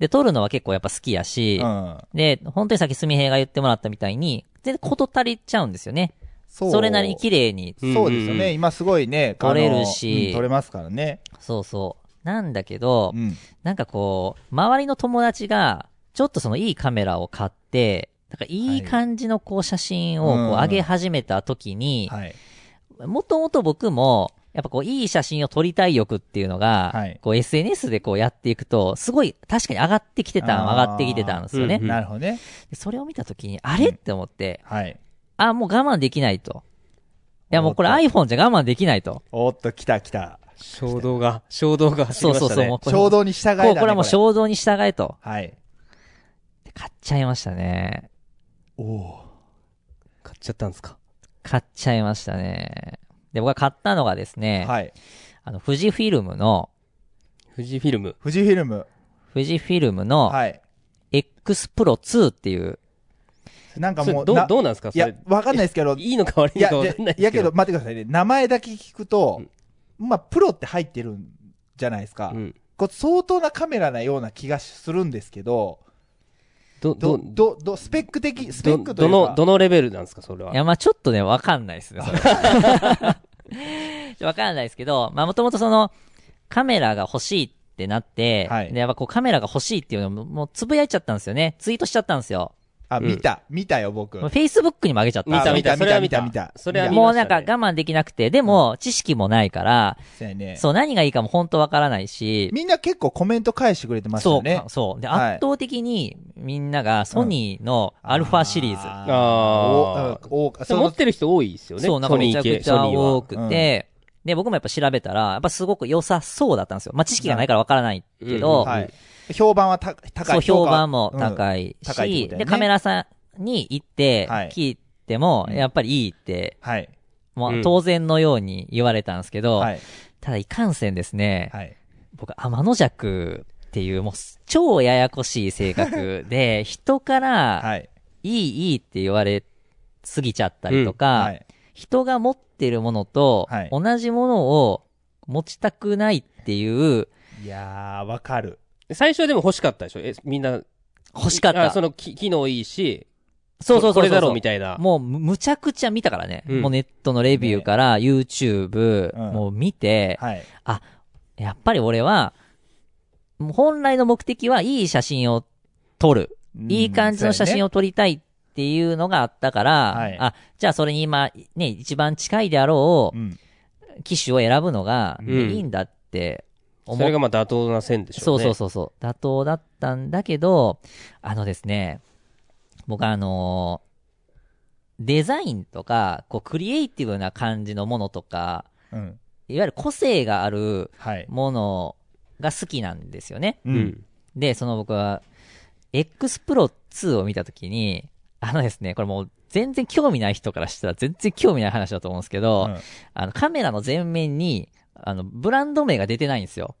Speaker 1: で、撮るのは結構やっぱ好きやし、
Speaker 2: うん。
Speaker 1: で、本当にさっきすみへいが言ってもらったみたいに、全然事足りちゃうんですよね。
Speaker 2: そ
Speaker 1: それなりに綺麗に。
Speaker 2: そうですよ
Speaker 3: うんうんう
Speaker 2: ね。今すごいね、
Speaker 1: 撮れるし
Speaker 2: あのうん撮れますからね。
Speaker 1: そうそう。なんだけど、
Speaker 2: うん。
Speaker 1: なんかこう、周りの友達が、ちょっとそのいいカメラを買って、なんかいい感じのこう写真をこ
Speaker 2: うん
Speaker 1: う上げ始めた時に、
Speaker 2: はい。
Speaker 1: もともと僕も、やっぱこういい写真を撮りたい欲っていうのが、
Speaker 2: はい
Speaker 1: こう SNS でこうやっていくと、すごい確かに上がってきてたん、
Speaker 2: あー
Speaker 1: 上がってきてたんですよね。
Speaker 3: うんうん
Speaker 2: なるほどね。
Speaker 1: でそれを見た時に、あれって思って、
Speaker 2: はい。
Speaker 1: あ、もう我慢できないと。いやもうこれ
Speaker 2: 思
Speaker 1: iPhone じゃ我慢できないと。
Speaker 2: おっと、来た来た。
Speaker 3: 衝動が、衝動が走
Speaker 1: そ
Speaker 3: り
Speaker 1: う
Speaker 3: ま
Speaker 1: そ
Speaker 3: し
Speaker 1: う
Speaker 3: た
Speaker 1: そう。
Speaker 3: ね
Speaker 1: もう。これ
Speaker 2: 衝動に従いだね
Speaker 1: こうこれはもう衝動に従えと。
Speaker 2: はい。
Speaker 1: で買っちゃいましたね。
Speaker 2: おお。
Speaker 3: 買っちゃったんですか
Speaker 1: 買っちゃいましたね。で、僕が買ったのがですね、
Speaker 2: はい。
Speaker 1: あの、富士フィルムの、
Speaker 3: 富士フィルム。
Speaker 2: 富士フィルム。
Speaker 1: 富士フィルムの
Speaker 2: はい。
Speaker 1: X Pro 2っていう、。
Speaker 2: なんか
Speaker 3: そ
Speaker 2: も
Speaker 3: れ
Speaker 2: う、
Speaker 3: どう
Speaker 2: な
Speaker 3: どうなんですかそ
Speaker 2: いや
Speaker 3: れ、
Speaker 2: わかんないですけど、い
Speaker 3: いいのか悪いの
Speaker 2: や、
Speaker 3: かわ
Speaker 2: で
Speaker 3: かんないです
Speaker 2: や
Speaker 3: け
Speaker 2: け
Speaker 3: ど
Speaker 2: ど、。待ってくださいね。名前だけ聞くと、まあ、プロって入ってるんじゃないですか。
Speaker 3: うん
Speaker 2: こう相当なカメラなような気がするんですけど、
Speaker 3: ど、
Speaker 2: ど、
Speaker 3: ど、
Speaker 2: ど、ど、スペック的、スペ
Speaker 3: ど、
Speaker 2: ックとい
Speaker 3: ど
Speaker 2: うか。
Speaker 3: の、どのレベルなんですかそれはい
Speaker 1: や、まあちょっとね、わかんないですね、それは わかんないですけど、まあもともとその、カメラが欲しいってなって、
Speaker 2: はい
Speaker 1: で、やっぱこうカメラが欲しいっていうのも、もうつぶやいちゃったんですよね。ツイートしちゃったんですよ。
Speaker 2: あ、
Speaker 3: うん
Speaker 2: 見た、見たよ、僕。
Speaker 1: もう Facebook にも上げちゃったん
Speaker 3: 見
Speaker 1: です
Speaker 3: た
Speaker 1: よ
Speaker 2: あ
Speaker 3: 見
Speaker 2: 見た
Speaker 3: た、それは見た。
Speaker 2: 見た見た
Speaker 3: それは見
Speaker 1: も
Speaker 3: ま
Speaker 1: う
Speaker 3: した
Speaker 1: なん
Speaker 3: ね
Speaker 1: か我慢できなくて、でも知識もないから、
Speaker 2: そうやね。
Speaker 1: そう、何がいいかも本当わからないし、
Speaker 2: みんな結構コメント返してくれてました
Speaker 1: そ
Speaker 2: よ
Speaker 1: う
Speaker 2: ね
Speaker 1: か、。そう。で、
Speaker 2: はい
Speaker 1: 圧倒的にみんながソニーのアルファシリーズ。
Speaker 3: あー
Speaker 2: お、お、
Speaker 3: で
Speaker 2: そ
Speaker 3: も持
Speaker 2: の
Speaker 3: っ、てる人多いですよね。
Speaker 1: そう、なんか
Speaker 3: ソ
Speaker 1: め
Speaker 3: ニ
Speaker 1: ち
Speaker 3: ー
Speaker 1: ゃ
Speaker 3: 系
Speaker 1: くちゃ
Speaker 3: ソニーは
Speaker 1: 多くて、で、僕もやっぱ調べたら、やっぱすごく良さそうだったんですよ。まあ、知識がないからわからないけ
Speaker 3: うんう
Speaker 1: ど、
Speaker 3: ん
Speaker 2: はい。評判はた高い。
Speaker 1: そう、評判も
Speaker 2: うん
Speaker 1: 高いし、
Speaker 2: 高いってことだよね
Speaker 1: で、カメラさんに行って、
Speaker 2: はい
Speaker 1: 聞いても、
Speaker 2: うん
Speaker 1: やっぱりいいって、
Speaker 2: はい。
Speaker 1: も
Speaker 3: う
Speaker 1: うん当然のように言われたんですけど、
Speaker 2: はい。
Speaker 1: ただいかんせんですね、
Speaker 2: はい。
Speaker 1: 僕、天の弱っていう、もう超ややこしい性格 で、人から、
Speaker 2: はい。
Speaker 1: いい、いいって言われすぎちゃったりとか、
Speaker 2: はい。
Speaker 1: 人が持ってるものと
Speaker 2: はい、
Speaker 1: 同じものを持ちたくないっていう、
Speaker 2: いやー、わかる。
Speaker 3: 最初はでも欲しかったでしょえ、みんな。
Speaker 1: 欲しかった。
Speaker 3: あその、き機能いいし、
Speaker 1: そうそうそうそう。
Speaker 3: これだろうみたいな。
Speaker 1: もう、むむちゃくちゃ見たからね。
Speaker 3: うん
Speaker 1: もうネットのレビューから、YouTube、
Speaker 2: うん
Speaker 1: もう見て、
Speaker 2: はい。
Speaker 1: やっぱり俺は、もう本来の目的はいい写真を撮る。いい感じの写真
Speaker 2: を。
Speaker 1: を撮りたいっていうのがあったから、
Speaker 2: はい
Speaker 1: あ、じゃあそれに今、ね、一番近いであろう
Speaker 2: う、ん。
Speaker 1: 機種を選ぶのが、
Speaker 3: うん
Speaker 1: ねいいんだって思
Speaker 3: そ
Speaker 1: っ
Speaker 3: れがまあ妥当な線でし
Speaker 1: そ
Speaker 3: ょ
Speaker 1: う
Speaker 3: ね。
Speaker 1: そうそうそう、妥当だったんだけど、あのですね、僕あのーデザインとか、こう、クリエイティブな感じのものとか、
Speaker 2: うん。
Speaker 1: いわゆる個性がある
Speaker 2: はい。
Speaker 1: ものが好きなんですよね。
Speaker 2: う。
Speaker 3: うんん。
Speaker 1: で、その僕は、X Pro 2を見たときに、あのですね、これもう全然興味ない人からしたら全然興味ない話だと思うんですけど、
Speaker 2: うん
Speaker 1: あのカメラの前面にあの、ブランド名が出てないんですよ。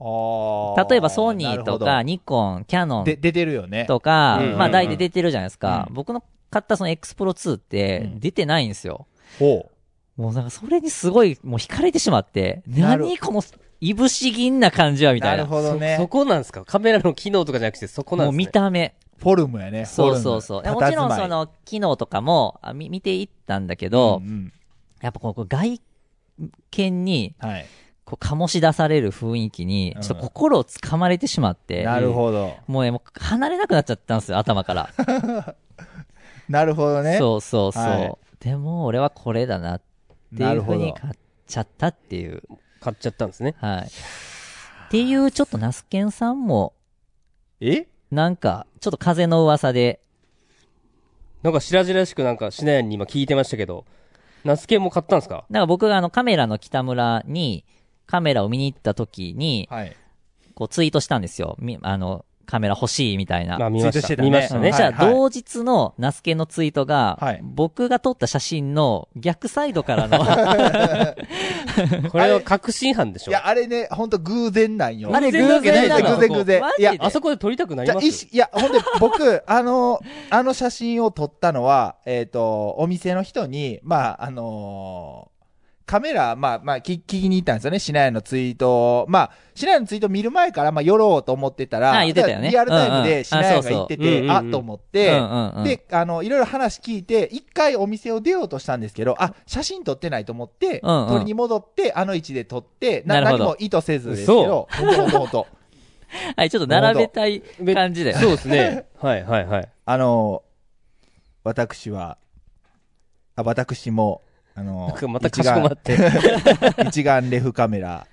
Speaker 2: あ
Speaker 1: 例えばソニーとか、ニコン、キャノン
Speaker 2: で出てるよね。
Speaker 1: とか、
Speaker 3: うんうんうん
Speaker 1: まあ台で出てるじゃないですか。
Speaker 2: う
Speaker 1: 僕の買ったその X Pro 2って
Speaker 2: うん
Speaker 1: 出てないんですよ。
Speaker 2: ほう
Speaker 1: もうなんかそれにすごいもう惹かれてしまって、
Speaker 2: なる
Speaker 1: 何このいぶし銀な感じはみた
Speaker 2: ないる
Speaker 1: な。
Speaker 2: ほどね
Speaker 3: そ。こなんですかカメラの機能とかじゃなくてそこなん
Speaker 1: もう
Speaker 3: ですね
Speaker 1: 見た目。
Speaker 2: フォルムやね。
Speaker 1: そうそうそう。
Speaker 2: フ
Speaker 1: で
Speaker 2: ォルム
Speaker 1: もちろん
Speaker 2: 佇まい
Speaker 1: その機能とかもあみ見ていったんだけど、
Speaker 2: うんうん
Speaker 1: やっぱこの外見に
Speaker 2: はい。
Speaker 1: こう醸し出される雰囲気に
Speaker 2: うん、
Speaker 1: ちょっと心をつかまれてしまって、
Speaker 2: なるほど。
Speaker 1: もうねもう離れなくなっちゃったんですよ、頭から。
Speaker 2: なるほどね。
Speaker 1: そうそうそう。
Speaker 2: はい
Speaker 1: でも俺はこれだなって
Speaker 2: ないる
Speaker 1: うふ
Speaker 2: ほ
Speaker 1: う
Speaker 2: ど
Speaker 1: に買っちゃったっていう。
Speaker 3: 買っちゃったんですね。
Speaker 1: はい。っていう、ちょっとナスケンさんも、
Speaker 2: え
Speaker 1: なんか、ちょっと風の噂で、
Speaker 3: なんか白々しくなんかしなやに今聞いてましたけど、ナスケも買ったんで すか
Speaker 1: なんか僕があのカメラの北村に、カメラを見に行った時に、
Speaker 2: はい。
Speaker 1: こうツイートしたんですよ。みあの、カメラ欲しいみたいな。
Speaker 3: まあ見ま
Speaker 2: ツイートし
Speaker 3: してた。
Speaker 2: たね
Speaker 3: 見ました
Speaker 1: うん
Speaker 3: ね
Speaker 1: で。じゃあ、
Speaker 2: はいはい
Speaker 1: 同日のナスケのツイートが、
Speaker 2: はい
Speaker 1: 僕が撮った写真の逆サイドからの、
Speaker 3: これは確信犯でし
Speaker 2: い
Speaker 3: ょ
Speaker 2: や、あれね、ほんと偶然なんよ。
Speaker 1: あれ
Speaker 3: 偶然なの
Speaker 2: 偶然偶然
Speaker 1: マジで
Speaker 2: いや
Speaker 3: あそこで撮りたくな
Speaker 2: じ
Speaker 3: り
Speaker 2: ゃ
Speaker 3: ま
Speaker 2: あ、い
Speaker 3: す
Speaker 2: しいや、ほ んで、僕、あの、あの写真を撮ったのは、えっ、と、お店の人に、まあ、あのーカメラ、まあ、まあ、聞聞きに行ったんですよね。シナヤのツイートを。まあ、シナヤのツイート見る前から、まあ、寄ろうと思ってたら、
Speaker 1: あ言ってたよね
Speaker 2: リアルタイム
Speaker 1: うんうん
Speaker 2: で
Speaker 1: あ
Speaker 2: シナヤ
Speaker 1: そう
Speaker 2: が
Speaker 1: そう
Speaker 2: 行ってて、
Speaker 3: うんうんうん
Speaker 2: あ、と思っ て、
Speaker 1: うんうんうん
Speaker 2: で、あの、いろいろ話聞いて、一回お店を出ようとしたんですけど、あ、写真撮ってないと思って、
Speaker 1: うんうん
Speaker 2: 撮りに戻って、あの位置で撮って、な
Speaker 1: なるほ
Speaker 2: 何
Speaker 1: ど
Speaker 2: も意図せずですけど、ほんとほんと。
Speaker 1: はい、ちょっと並べたい感じで。
Speaker 3: そうですね。はいはいはい。
Speaker 2: あの、私は、あ、私も、あの
Speaker 3: なんか、またかしこまって。
Speaker 2: 一眼、 一眼レフカメラ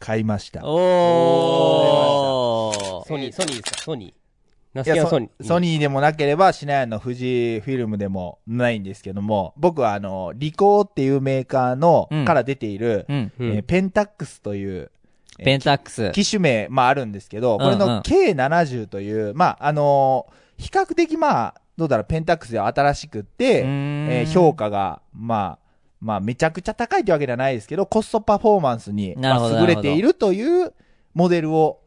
Speaker 2: 買いました。
Speaker 1: おー。
Speaker 3: ソニー、ソニーですかソニー。ナ
Speaker 2: い
Speaker 3: スケ
Speaker 2: や
Speaker 3: はソ
Speaker 2: ソ
Speaker 3: ニー。
Speaker 2: ソ
Speaker 3: ニ
Speaker 2: ニーでもなければ、シナヤの富士フィルムでもないんですけども、僕はあの、リコーっていうメーカーの、
Speaker 1: うん
Speaker 2: から出ている、
Speaker 1: うん。
Speaker 3: うん
Speaker 2: えーペンタックスという、えー
Speaker 1: ペンタックス。
Speaker 2: 機種名、まああるんですけど、これ
Speaker 1: うんう
Speaker 2: の
Speaker 1: ん
Speaker 2: K70 という、まああのー比較的まあ、どうだろう、ペンタックスでは新しくって、
Speaker 1: うーん
Speaker 2: えー評価が、まあ、まあめちゃくちゃ高いというわけではないですけど、コストパフォーマンスに、
Speaker 1: なるほ
Speaker 2: ま
Speaker 1: ど
Speaker 2: あ優れているというモデルを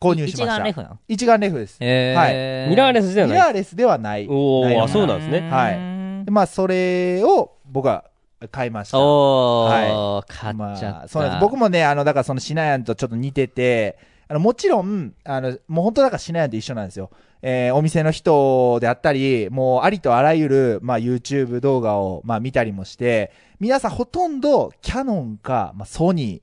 Speaker 2: 購入しました。
Speaker 1: 一眼レフなの
Speaker 2: 一眼レフです。
Speaker 1: えー、
Speaker 3: ミラーレ
Speaker 1: ス
Speaker 3: スじゃ
Speaker 2: ミ
Speaker 3: ない。
Speaker 2: ラーレスではない。
Speaker 3: お
Speaker 2: ない
Speaker 3: ー、
Speaker 2: の
Speaker 3: あ、
Speaker 2: か
Speaker 3: そうなんですね。
Speaker 2: はいでまあそれを僕は買いました。
Speaker 1: おー、
Speaker 2: は
Speaker 1: 買っちゃった。
Speaker 2: まあ、そうなんです。僕もね、あの、だからそのシナヤンとちょっと似てて、あの、もちろん、あの、もう本当だからシナヤンと一緒なんですよ。えーお店の人であったり、もうありとあらゆる、まあ、YouTube 動画を、まあ、見たりもして、皆さんほとんど、キャノンか、まあ、ソニ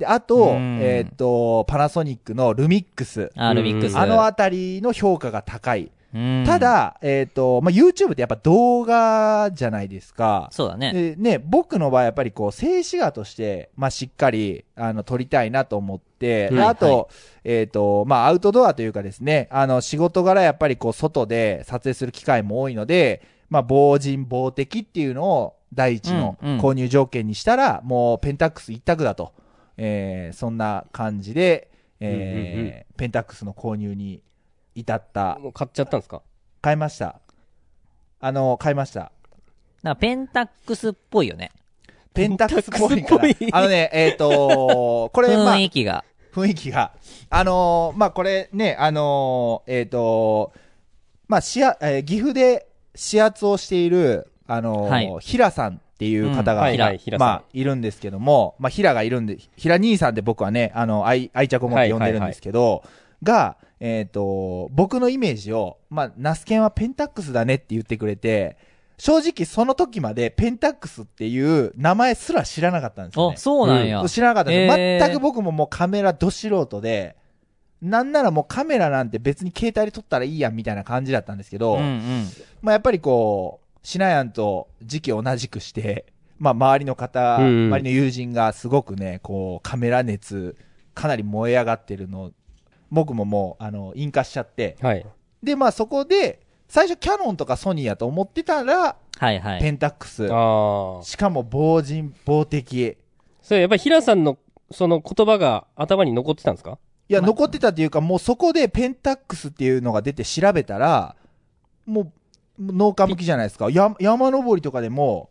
Speaker 2: ー。で、あと、
Speaker 1: うん
Speaker 2: えーっと、パナソニックのルミックス。
Speaker 1: あルミックス。
Speaker 2: あのあたりの評価が高い。
Speaker 1: うん
Speaker 2: た、だ、えーっと、まあ、YouTube ってやっぱ動画じゃないですか。
Speaker 1: そうだね。
Speaker 2: でね、僕の場合やっぱりこう、静止画として、まあ、しっかり、あの、撮りたいなと思って、で
Speaker 3: はい
Speaker 2: あと、えっ、と、まあ、アウトドアというかですね、あの、仕事柄やっぱりこう、外で撮影する機会も多いので、まあ、防塵防滴っていうのを第一の
Speaker 1: うんうん
Speaker 2: 購入条件にしたら、もう、ペンタックス一択だと、えーそんな感じで、えー
Speaker 3: うんうんう
Speaker 2: ペンタックスの購入に至った、
Speaker 3: もう買っちゃったんですか
Speaker 2: 買いました。あの、買いました。
Speaker 1: なんかペンタックスっぽいよね。
Speaker 2: ペンタックスっぽいか
Speaker 3: ペ
Speaker 2: ら
Speaker 3: ンタックスっぽい。
Speaker 2: あのね、えっ、とこれ、まあ
Speaker 1: 雰、囲気が。
Speaker 2: 雰囲気が。あのーまあ、これね、あのーえっ、とまあ、市あ、えー岐阜で始圧をしている、あのー
Speaker 1: はい
Speaker 2: 平さんっていう方
Speaker 3: うん
Speaker 2: が、
Speaker 3: はいはい平さん
Speaker 2: まあ、いるんですけども、まあ、平がいるんで、平兄さんで僕はね、あの、愛、愛着を持って呼んでるんですけど、が、えっ、と、僕のイメージを、まあ、ナスケンはペンタックスだねって言ってくれて、正直その時までペンタックスっていう名前すら知らなかったんですよ、
Speaker 1: あ
Speaker 2: ね、。
Speaker 1: そうなんや。
Speaker 2: 知らなかったんです、
Speaker 1: えー
Speaker 2: 全く僕ももうカメラど素人で、なんならもうカメラなんて別に携帯で撮ったらいいやんみたいな感じだったんですけど、
Speaker 1: うんうん。
Speaker 2: まあやっぱりこう、シナヤンと時期同じくして、まあ周りの方、
Speaker 3: うんうん
Speaker 2: 周りの友人がすごくね、こうカメラ熱、かなり燃え上がってるの、僕ももう、あの、引火しちゃって。
Speaker 3: はい。
Speaker 2: で、まあそこで、最初キャノンとかソニーやと思ってたら、
Speaker 1: はいはい。
Speaker 2: ペンタックス。
Speaker 3: ああ。
Speaker 2: しかも防塵、防滴。
Speaker 3: それやっぱり平さんの、その言葉が頭に残ってたんですか
Speaker 2: いや、残ってたっていうか、もうそこでペンタックスっていうのが出て調べたら、もう、もう農家向きじゃないですか。や山登りとかでも、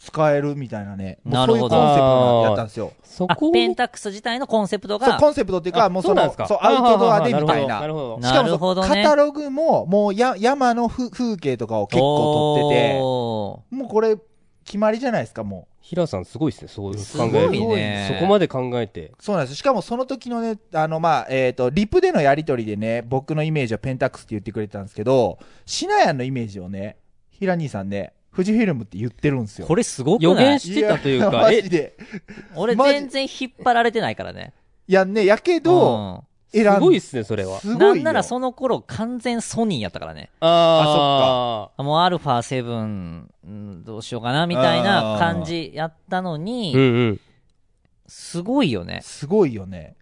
Speaker 2: 使えるみたいなね、もう
Speaker 1: な
Speaker 2: そ
Speaker 1: る
Speaker 2: ういうコ
Speaker 1: ほ
Speaker 2: ン
Speaker 1: ど
Speaker 2: セプトやったんですよ。
Speaker 3: そ
Speaker 1: あ
Speaker 3: こ
Speaker 1: ペンタックス自体のコンセプト
Speaker 2: そう
Speaker 1: が
Speaker 2: コンセプトっていうか、
Speaker 3: あ
Speaker 2: もう
Speaker 3: そ
Speaker 2: そう
Speaker 3: なん
Speaker 2: の
Speaker 3: ですか
Speaker 2: そうアウトドアでみたい
Speaker 3: なるほど
Speaker 2: しか
Speaker 1: なるほ
Speaker 2: もそ
Speaker 1: ど
Speaker 2: う
Speaker 1: ね
Speaker 2: カタログも、もうや山のふ風景とかを結構撮ってて、
Speaker 1: お
Speaker 2: もうこれ、決まりじゃないですか、も
Speaker 3: 平さんすごいですねそう
Speaker 1: ーす
Speaker 3: 考え
Speaker 1: ご
Speaker 3: る
Speaker 1: いね
Speaker 3: そこまで考えて
Speaker 2: う。そうなんですしかもその時のね、あの、まあ、えっ、と、リプでのやりとりでね、僕のイメージはペンタックスって言ってくれたんですけど、シナヤンのイメージをね、ヒラ兄さんね、富士フィルムって言ってるんですよ。
Speaker 1: これすごく
Speaker 3: 予
Speaker 1: な
Speaker 3: 言
Speaker 1: い
Speaker 3: してたという
Speaker 2: や
Speaker 3: か
Speaker 2: マ
Speaker 3: え
Speaker 2: ジで。
Speaker 1: 俺
Speaker 2: マジ
Speaker 1: 全然引っ張られてないからね。
Speaker 2: いやね、やけ ど、
Speaker 1: うん
Speaker 2: 選ん
Speaker 3: すごいですねそれは
Speaker 2: すごい
Speaker 1: な
Speaker 2: よ
Speaker 1: んならその頃完全ソニーやったからね。
Speaker 3: あ
Speaker 1: もうアルファ7、うんどうしようかなみたいな感じやったの
Speaker 3: あ
Speaker 1: に、
Speaker 3: うんうん
Speaker 1: すごいよね。
Speaker 2: すごいよね。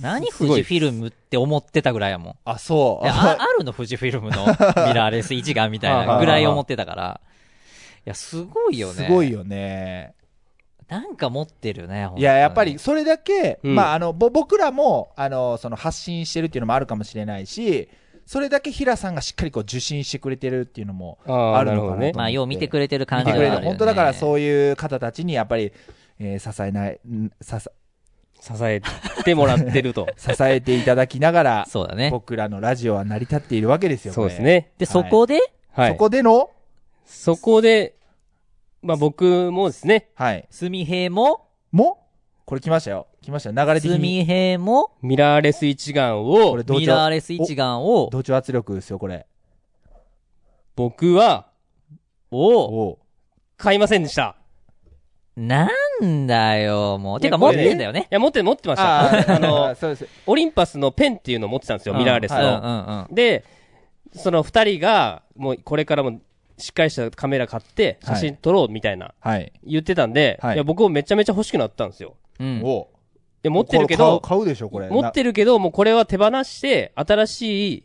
Speaker 1: 何
Speaker 3: す
Speaker 1: 富
Speaker 3: ごい
Speaker 1: 士フィルムって思ってたぐらいやもん。
Speaker 2: あ、そう。
Speaker 1: いやああるの富士フィルムの ミラーレス一眼みたいなぐらい思ってたから。いや、すごいよね。
Speaker 2: すごいよね。
Speaker 1: なんか持ってるね、本当に
Speaker 2: いや、やっぱり、それだけ、
Speaker 3: うん
Speaker 2: まあ、あの、ぼ僕らも、あの、その発信してるっていうのもあるかもしれないし、それだけ平さんがしっかりこう受信してくれてるっていうのも
Speaker 3: あー
Speaker 2: あるのかなと思っ
Speaker 3: なるほど
Speaker 2: て
Speaker 3: ね
Speaker 1: まあ、よう見てくれてる感
Speaker 2: 見
Speaker 1: じ
Speaker 2: て
Speaker 1: がある
Speaker 2: くれ
Speaker 1: よ
Speaker 2: て、
Speaker 1: ね、
Speaker 2: 本当だからそういう方たちにやっぱり、えー支えない、ん支
Speaker 3: 支えてもらって ると
Speaker 2: 支えていただきなが ら、
Speaker 1: そうだね。
Speaker 2: 僕らのラジオは成り立っているわけですよ
Speaker 3: そうです。ね
Speaker 1: で、
Speaker 2: は
Speaker 1: そ
Speaker 2: い
Speaker 1: こで、
Speaker 2: これ
Speaker 3: は
Speaker 2: そ
Speaker 3: い
Speaker 2: こでの、
Speaker 3: そこでまあ僕もですね
Speaker 2: はい。
Speaker 1: すみへも、
Speaker 2: も、これ来ましたよ。来ましたよ。流れ的
Speaker 1: す
Speaker 2: に。
Speaker 1: みへも、
Speaker 3: ミラーレス一眼
Speaker 2: こ
Speaker 3: を
Speaker 2: れ同
Speaker 1: ミラー
Speaker 2: 調、
Speaker 1: レス一眼を、
Speaker 2: 同調圧力ですよ、これ。
Speaker 3: 僕は
Speaker 1: を、
Speaker 2: おう
Speaker 3: 買いませんでした
Speaker 1: なんだよ、もう。てか
Speaker 3: いや
Speaker 1: 持っ
Speaker 3: これね
Speaker 1: てんだよ
Speaker 3: い
Speaker 1: ね。
Speaker 3: や持って持ってました
Speaker 2: ー
Speaker 3: あの
Speaker 2: そうです。
Speaker 3: オリンパスのペンっていうのを持ってたんですよミラーレス
Speaker 1: うんうんうん。
Speaker 3: のでその二人がもうこれからもしっかりしたカメラ買って写真撮ろうみたいな
Speaker 2: はい。
Speaker 3: 言ってたんで、
Speaker 2: はい
Speaker 3: い、や僕もめちゃめちゃ欲しくなったんですよ。
Speaker 1: うん
Speaker 2: おう
Speaker 3: で持ってるけど、
Speaker 2: 買う買うでしょ、これ。
Speaker 3: 持ってるけど、もうこれは手放して、新しい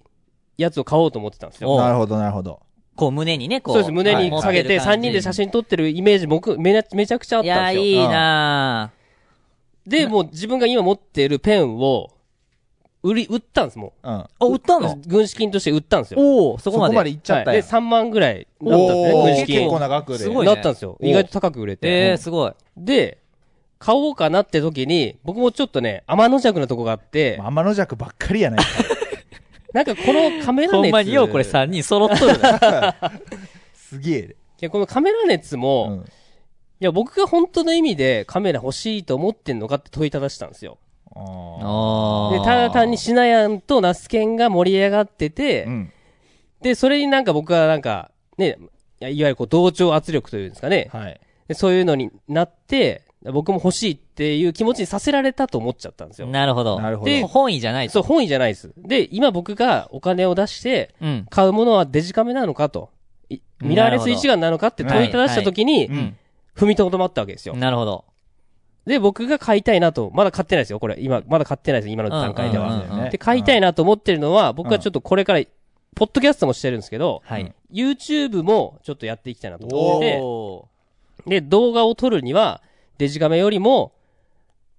Speaker 3: やつを買おうと思ってたんですよ。
Speaker 1: お
Speaker 2: ななるほど、なるほど。
Speaker 1: こう胸にね、こう。
Speaker 3: そうです、胸に下げて、3人で写
Speaker 1: 真
Speaker 3: 真撮ってるイメージ、僕、めなめちゃくちゃあっ
Speaker 1: いや、
Speaker 3: たんです
Speaker 1: い
Speaker 3: よ。
Speaker 1: いなぁ。
Speaker 3: で、もう自分が今持ってるペンを、売り、売ったんです、も
Speaker 2: うん。
Speaker 1: あ、売った
Speaker 3: う。
Speaker 1: の
Speaker 3: 軍資金として売ったんですよ。
Speaker 1: おおそ
Speaker 2: そ
Speaker 1: こ
Speaker 2: こ
Speaker 1: まで。
Speaker 2: まで行っちゃった
Speaker 3: はい
Speaker 2: や
Speaker 3: で、
Speaker 2: ん。
Speaker 3: 3万ぐらいだったんで
Speaker 2: お
Speaker 3: すね、
Speaker 2: ー
Speaker 3: 軍資
Speaker 2: 結
Speaker 3: 金。
Speaker 2: 構な額で。
Speaker 1: すごいね
Speaker 3: なったんですよ。意外と高く売れて。
Speaker 1: えー、すごい。
Speaker 3: で、買おうかなって時に、僕もちょっとね、天の弱なとこがあって、
Speaker 2: 天の弱ばっかり やないか。
Speaker 3: なんかこのカメラ熱。
Speaker 1: ほんまにようこれ3人揃っとるな。
Speaker 2: すげえ。
Speaker 3: いや、このカメラ熱
Speaker 2: う
Speaker 3: も、い
Speaker 2: ん。
Speaker 3: や、僕が本当の意味でカメラ欲しいと思ってんのかって問いただしたんですよ。
Speaker 2: あ
Speaker 1: あ
Speaker 3: で、
Speaker 1: ー
Speaker 3: ただ単にシナヤンとナスケンが盛り上がってて、
Speaker 2: ーうん。
Speaker 3: で、それになんか僕はなんか、ね、いやいわゆるこう同調圧力というんですかね、
Speaker 2: はい。
Speaker 3: でそういうのになって、僕も欲しいっていう気持ちにさせられたと思っちゃったんですよ。
Speaker 1: なるほど。
Speaker 2: なるほ
Speaker 3: で
Speaker 2: ど。
Speaker 1: 本意じゃないと。
Speaker 3: そう、本意じゃないです。で、今僕がお金を出して、
Speaker 1: うん。
Speaker 3: 買うものはデジカメなのかと、いミラーレス一眼なのかって問いただした時に、
Speaker 2: うん。
Speaker 3: 踏みとどまったわけですよ。
Speaker 1: なるほど。
Speaker 3: で、僕が買いたいなと、まだ買ってないですよ、これ。今、まだ買ってないです、今の段階で
Speaker 1: うんうん
Speaker 3: は。
Speaker 1: うんうん
Speaker 3: で、買いたいなと思ってるのは、僕はちょっとこれから、ポッドキャストもしてるんですけど、
Speaker 1: はい。
Speaker 3: YouTube もちょっとやっていきたいなと思って
Speaker 1: おー
Speaker 3: て、で、動画を撮るには、デジカメよりも、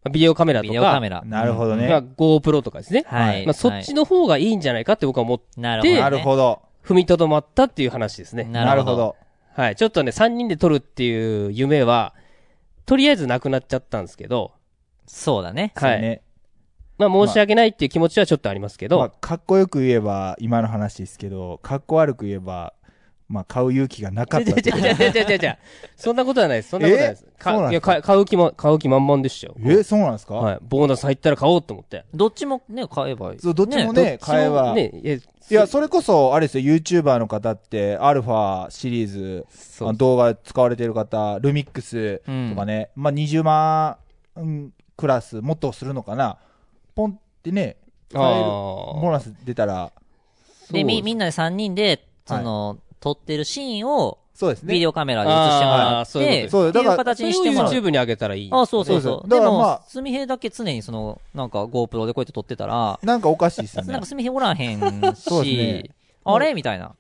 Speaker 3: まあビデオカメラと
Speaker 1: ビデオカ
Speaker 3: か
Speaker 1: メ、ラ。
Speaker 2: なるほど
Speaker 3: まあ、
Speaker 2: ね。
Speaker 3: GoPro とかですね。
Speaker 1: はい。
Speaker 3: まあ、そっちの方がいいんじゃないかって僕は思っ
Speaker 1: なるほど、
Speaker 3: で
Speaker 1: ね。
Speaker 2: なるほど。
Speaker 3: 踏みとどまったっていう話ですね。
Speaker 1: な
Speaker 2: な
Speaker 1: る
Speaker 2: る
Speaker 1: ほど。
Speaker 2: ほど。
Speaker 3: はい。ちょっとね、3人で撮るっていう夢は、とりあえずなくなっちゃったんですけど、
Speaker 1: そうだね。
Speaker 3: は
Speaker 2: そう
Speaker 3: い。
Speaker 2: ね
Speaker 3: まあ、申し訳ないっていう気持ちはちょっとありますけど、
Speaker 2: まあ、かっこよく言えば、今の話ですけど、かっこ悪く言えば、まあ、買う勇気がなかっ
Speaker 3: 違う
Speaker 2: た。
Speaker 3: 違う違う違う違う違う違う。 そんなことはないです。そんなことはないです。
Speaker 2: えそうなん
Speaker 3: か
Speaker 2: で
Speaker 3: い
Speaker 2: す
Speaker 3: や
Speaker 2: か
Speaker 3: か買う気も、買う気満々でしたよ。
Speaker 2: え、そうなんですか
Speaker 3: はい。ボーナス入ったら買おうと思って。
Speaker 1: どっちもね、買えばいい。
Speaker 2: そう、どっちもね、買えば。
Speaker 3: ね、いや、
Speaker 2: いや、それこそ、あれですよ、YouTuber の方って、アルファシリーズ、あ
Speaker 3: そ
Speaker 2: の
Speaker 3: う。
Speaker 2: 動画使われてる方、ルミックス
Speaker 1: うん
Speaker 2: とかね、まあ20万うんクラス、もっとするのかな、ポンってね、買えるボー
Speaker 3: あ
Speaker 2: ナス出たら、
Speaker 3: ー
Speaker 1: で、み、
Speaker 3: そう
Speaker 1: みんなで3人で、その、撮ってるシーンを、
Speaker 2: そうですね。
Speaker 1: ビデオカメラで映してもら
Speaker 3: あ
Speaker 1: っ
Speaker 3: ーそういうこと
Speaker 1: て、
Speaker 3: で
Speaker 1: って
Speaker 3: す
Speaker 1: い
Speaker 2: そうだから
Speaker 1: う形にしてもら
Speaker 3: それ
Speaker 1: う。
Speaker 3: を YouTube に上げたらいい。
Speaker 1: あ、そうそうそ。
Speaker 2: そうう
Speaker 1: です
Speaker 2: でだからま
Speaker 1: も
Speaker 2: あ、
Speaker 1: すみへだけ常にその、なんか GoPro でこうやって撮ってた ら、
Speaker 2: なんかおかしいですよ
Speaker 1: なん
Speaker 2: ね
Speaker 1: か。すみへおらへん
Speaker 2: そうです
Speaker 1: し、あれみたいな。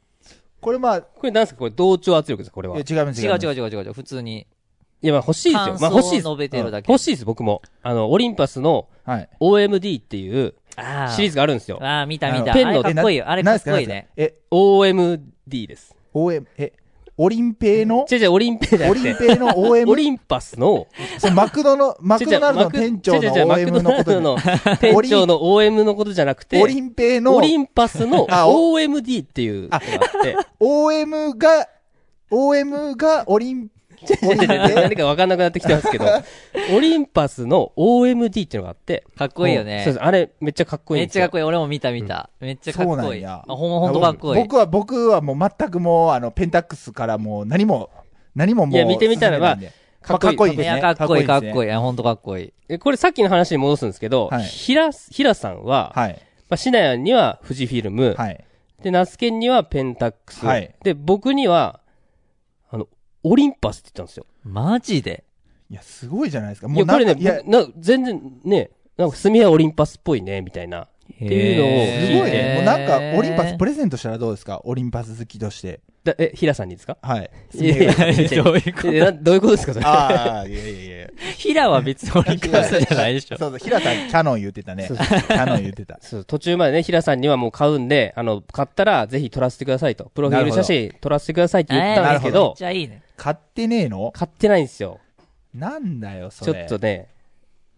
Speaker 2: これまあ、い
Speaker 3: これなんですかこれ同調圧力です、これは。
Speaker 2: や
Speaker 3: い
Speaker 2: 違う
Speaker 1: 違
Speaker 2: 違
Speaker 1: う
Speaker 2: う
Speaker 1: 違う違う違う違う、普通に。
Speaker 3: や、まあ欲しいですよ
Speaker 1: 感。
Speaker 3: ま
Speaker 1: 想
Speaker 3: あ欲
Speaker 1: を
Speaker 3: しいです。
Speaker 1: 述べてるだけ。
Speaker 3: 欲しいです、僕も。あの、オリンパスの
Speaker 2: はい。
Speaker 3: OMD っていう
Speaker 1: ああ。
Speaker 3: シリーズがあるんですよ。
Speaker 1: ああ、見た見た。あれ
Speaker 2: あの
Speaker 3: ペンの
Speaker 1: かっこいいよ。あれかっこいい
Speaker 2: なん
Speaker 1: ね
Speaker 2: で。すかなんですかえ、
Speaker 3: OMD です。
Speaker 2: OM、え、オリンペイの
Speaker 3: 違う違う、オリンペじゃ
Speaker 2: オ
Speaker 3: なく
Speaker 2: リ
Speaker 3: て
Speaker 2: ン、ペイの OM?
Speaker 3: オリンパスの、
Speaker 2: そのマクドの、マクドナルドの店長の OM のことで。
Speaker 3: の店長の OM のことじゃなくて、
Speaker 2: オリンペイの
Speaker 3: オリンパスの
Speaker 2: あお
Speaker 3: OMD っていうのがあって、
Speaker 2: OM が、OM がオリン、オリンペ
Speaker 3: 何か分かんなくなってきてま すけど、オリンパスの OMD っていうのがあって、
Speaker 1: かっこいいよね
Speaker 3: そう。ですあれ、めっちゃかっこいい
Speaker 1: めっ
Speaker 3: んです
Speaker 1: ちゃ
Speaker 3: よ。
Speaker 1: かっこいい。俺も見た見た。めっちゃかっ
Speaker 2: そうな
Speaker 1: こ
Speaker 2: ん
Speaker 1: いい。あ
Speaker 2: や。
Speaker 1: ほんまほんとかっこいい。
Speaker 2: 僕は、僕はもう全くもう、あの、ペンタックスからもう何も、何ももう。
Speaker 3: いや見てみたらば
Speaker 2: 進んでないんでまあかっこいい
Speaker 1: い
Speaker 2: ですね。
Speaker 1: や、かっこいい、かっ
Speaker 2: ですね
Speaker 1: こいい。いや、ほんとかっこいい。
Speaker 3: えこれさっきの話に戻すんですけど、
Speaker 2: はい
Speaker 3: 平平さんは、
Speaker 2: はい。
Speaker 3: まあ、シナヤンには富士フィルム、
Speaker 2: はい。
Speaker 3: で、ナスケンにはペンタックス、
Speaker 2: はい
Speaker 3: で、僕には、あの、オリンパスって言ったんですよ。
Speaker 1: マジで。
Speaker 2: いや、すごいじゃないですか。
Speaker 3: い
Speaker 2: もう
Speaker 3: や、
Speaker 2: な
Speaker 3: こ
Speaker 2: ん
Speaker 3: れ
Speaker 2: か
Speaker 3: ね、
Speaker 2: いや、
Speaker 3: 僕な全然ね、なんか、スミはオリンパスっぽいね、みたいな。
Speaker 1: って
Speaker 3: いう
Speaker 2: す
Speaker 3: のを
Speaker 2: ごいね。もうなんか、オリンパスプ
Speaker 1: レ
Speaker 2: レゼントしたらどうですかオリンパス好きとして。
Speaker 3: だえ、平さんに ですか
Speaker 2: はい。
Speaker 3: いやいや
Speaker 1: いやどう いうこと
Speaker 3: えなどういうことですかそれ。
Speaker 2: ああ、いやいやいや。
Speaker 1: 平は別にオリンパスじゃないでしょ。
Speaker 2: そうそう、平さん、キャノン言ってたね。キャノン言ってた。
Speaker 3: そう途中までね、平さんにはもう買うんで、あの、買ったらぜひ撮らせてくださいと。プロフィール写真撮らせてくださいって言ったんですけ
Speaker 1: えーめ
Speaker 3: ど
Speaker 1: っ、ちゃいいね。
Speaker 2: 買ってねえの
Speaker 3: 買ってないんですよ。
Speaker 2: なんだよ、そ
Speaker 3: ちょ
Speaker 2: れ。
Speaker 3: っとね。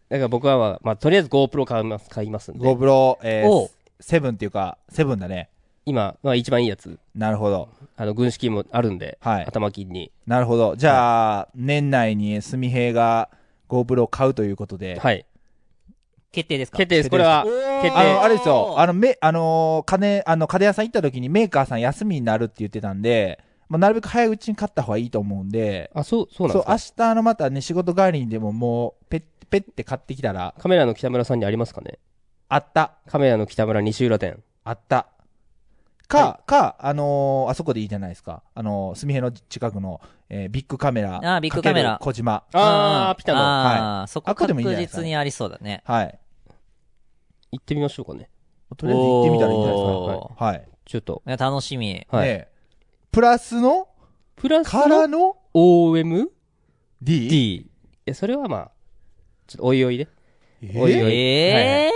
Speaker 3: だから僕は、まあ、とりあえず GoPro 買います、買いますんで。
Speaker 2: GoPro、え
Speaker 1: おう
Speaker 2: ー、セブンっていうか、セブンだね。
Speaker 3: 今、まあ一番いいやつ。
Speaker 2: なるほど。
Speaker 3: あの、軍資金もあるんで、
Speaker 2: はい
Speaker 3: 頭金に。
Speaker 2: なるほど。じゃあ、年内にすみへいが GoPro を買うということで。
Speaker 3: はい。
Speaker 1: 決定ですか
Speaker 3: 決定です。これは、決
Speaker 2: あ
Speaker 3: 定。
Speaker 2: の、あれですよ。あの、め、あのー、金、あの、家電屋さん行った時にメーカーさん休みになるって言ってたんで、まあ、なるべく早いうちに買った方がいいと思うんで、
Speaker 3: あ、そう、そうなんです
Speaker 2: 明
Speaker 3: か
Speaker 2: 日のまたね、仕事帰りにでももう、ペッ、ペッて買ってきたら、
Speaker 3: カメラの北村さんにありますかね
Speaker 2: あった、
Speaker 3: カメラの北村西浦店。
Speaker 2: あった。か、か、あのーあそこでいいじゃないですか。あのー、すみへの近くの、えービッグカメラ。
Speaker 1: あービッグカメラ
Speaker 2: かける小島。
Speaker 3: あー、ピタの。
Speaker 1: ああ、そこ
Speaker 2: あこで
Speaker 1: 確
Speaker 2: もいいんじゃないですか
Speaker 1: 実にありそうだね。
Speaker 2: はい。
Speaker 3: 行ってみましょうかね。
Speaker 2: とりあえず行ってみたらいいんじゃないです
Speaker 1: お
Speaker 2: か。はい。
Speaker 3: ちょっと。
Speaker 1: ーいや楽しみ。
Speaker 3: はい。
Speaker 2: ねえプラスの
Speaker 3: プラス
Speaker 2: からの
Speaker 3: OMD?
Speaker 2: D?
Speaker 3: いや、それはまあ、ちょっとおいおいで。
Speaker 2: え
Speaker 3: おいおい
Speaker 1: ええ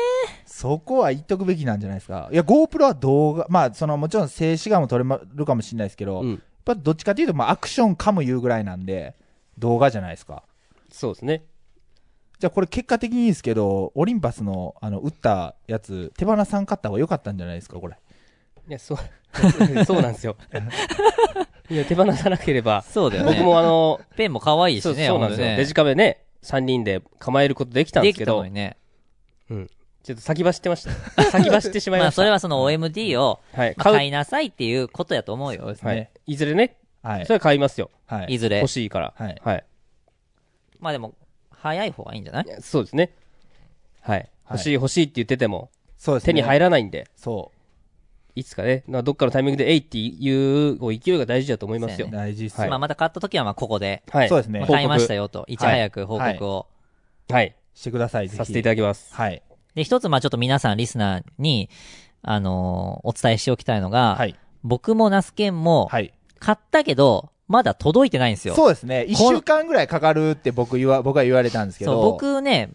Speaker 2: そこは言っとくべきなんじゃないですか。いや、GoPro は動画、まあ、その、もちろん静止画も撮れまるかもしれないですけど、
Speaker 3: う
Speaker 2: やっ
Speaker 3: ん。
Speaker 2: ぱどっちかというと、まあ、アクションかも言うぐらいなんで、動画じゃないですか。
Speaker 3: そうですね。
Speaker 2: じゃあこれ結果的にですけど、オリンパスの、あの、打ったやつ、手放さんかった方が良かったんじゃないですか、これ。
Speaker 3: いや、そう、そうなんですよ。いや、手放さなければ。
Speaker 1: そうだよね。
Speaker 3: 僕もあの、
Speaker 1: ペンも可愛いし
Speaker 3: そ
Speaker 1: ね。
Speaker 3: うそうなんです
Speaker 1: ほ
Speaker 3: よ。
Speaker 1: とね
Speaker 3: デジカメね、3人で構えることできたんで
Speaker 1: ですき
Speaker 3: け
Speaker 1: た
Speaker 3: ど、
Speaker 1: のにね。
Speaker 3: ちょっと先走ってました。 先走ってしま い
Speaker 1: ま
Speaker 3: ま
Speaker 1: あ、
Speaker 3: した。
Speaker 1: それはその OMD を
Speaker 3: はい。
Speaker 1: まあ買
Speaker 3: 買。
Speaker 1: いうなさいっていうことやと思うよ。
Speaker 2: す
Speaker 3: はい。いずれね、
Speaker 2: はい
Speaker 3: そ。れは買いますよ。
Speaker 2: はいい。
Speaker 1: ずれ
Speaker 3: 欲。しいから。
Speaker 2: はい
Speaker 3: はい。
Speaker 1: まあでも、早い方がいいんじゃない
Speaker 3: いやそうですね。はい。欲しい欲しいって言ってても、
Speaker 2: そうですね。
Speaker 3: 手に入らないんで、
Speaker 2: そ
Speaker 3: いつかね、なんかどっかのタイミングで、えいっていう、こう勢いが大事だと思います
Speaker 1: そう
Speaker 2: う。
Speaker 3: よ。
Speaker 2: 大事っす
Speaker 3: は
Speaker 2: よ。
Speaker 3: い
Speaker 1: まあまた買った時はまあここで、
Speaker 3: はい。
Speaker 2: そうですね報
Speaker 3: 報告
Speaker 1: 買いましたよと、いち早く報告を。
Speaker 3: はい。
Speaker 2: してください、ぜひ。
Speaker 3: させていただきます。
Speaker 2: はい。
Speaker 1: で、一つまあちょっと皆さん、リスナーに、あのーお伝えしておきたいのが、
Speaker 2: はい。
Speaker 1: 僕もナスケンも、
Speaker 2: はい。
Speaker 1: 買ったけど、まだ届いてないんですよ。
Speaker 2: そうですね。一週間ぐらいかかるって僕言わ、僕は言われたんですけ
Speaker 1: そ
Speaker 2: ど。
Speaker 1: う、僕ね、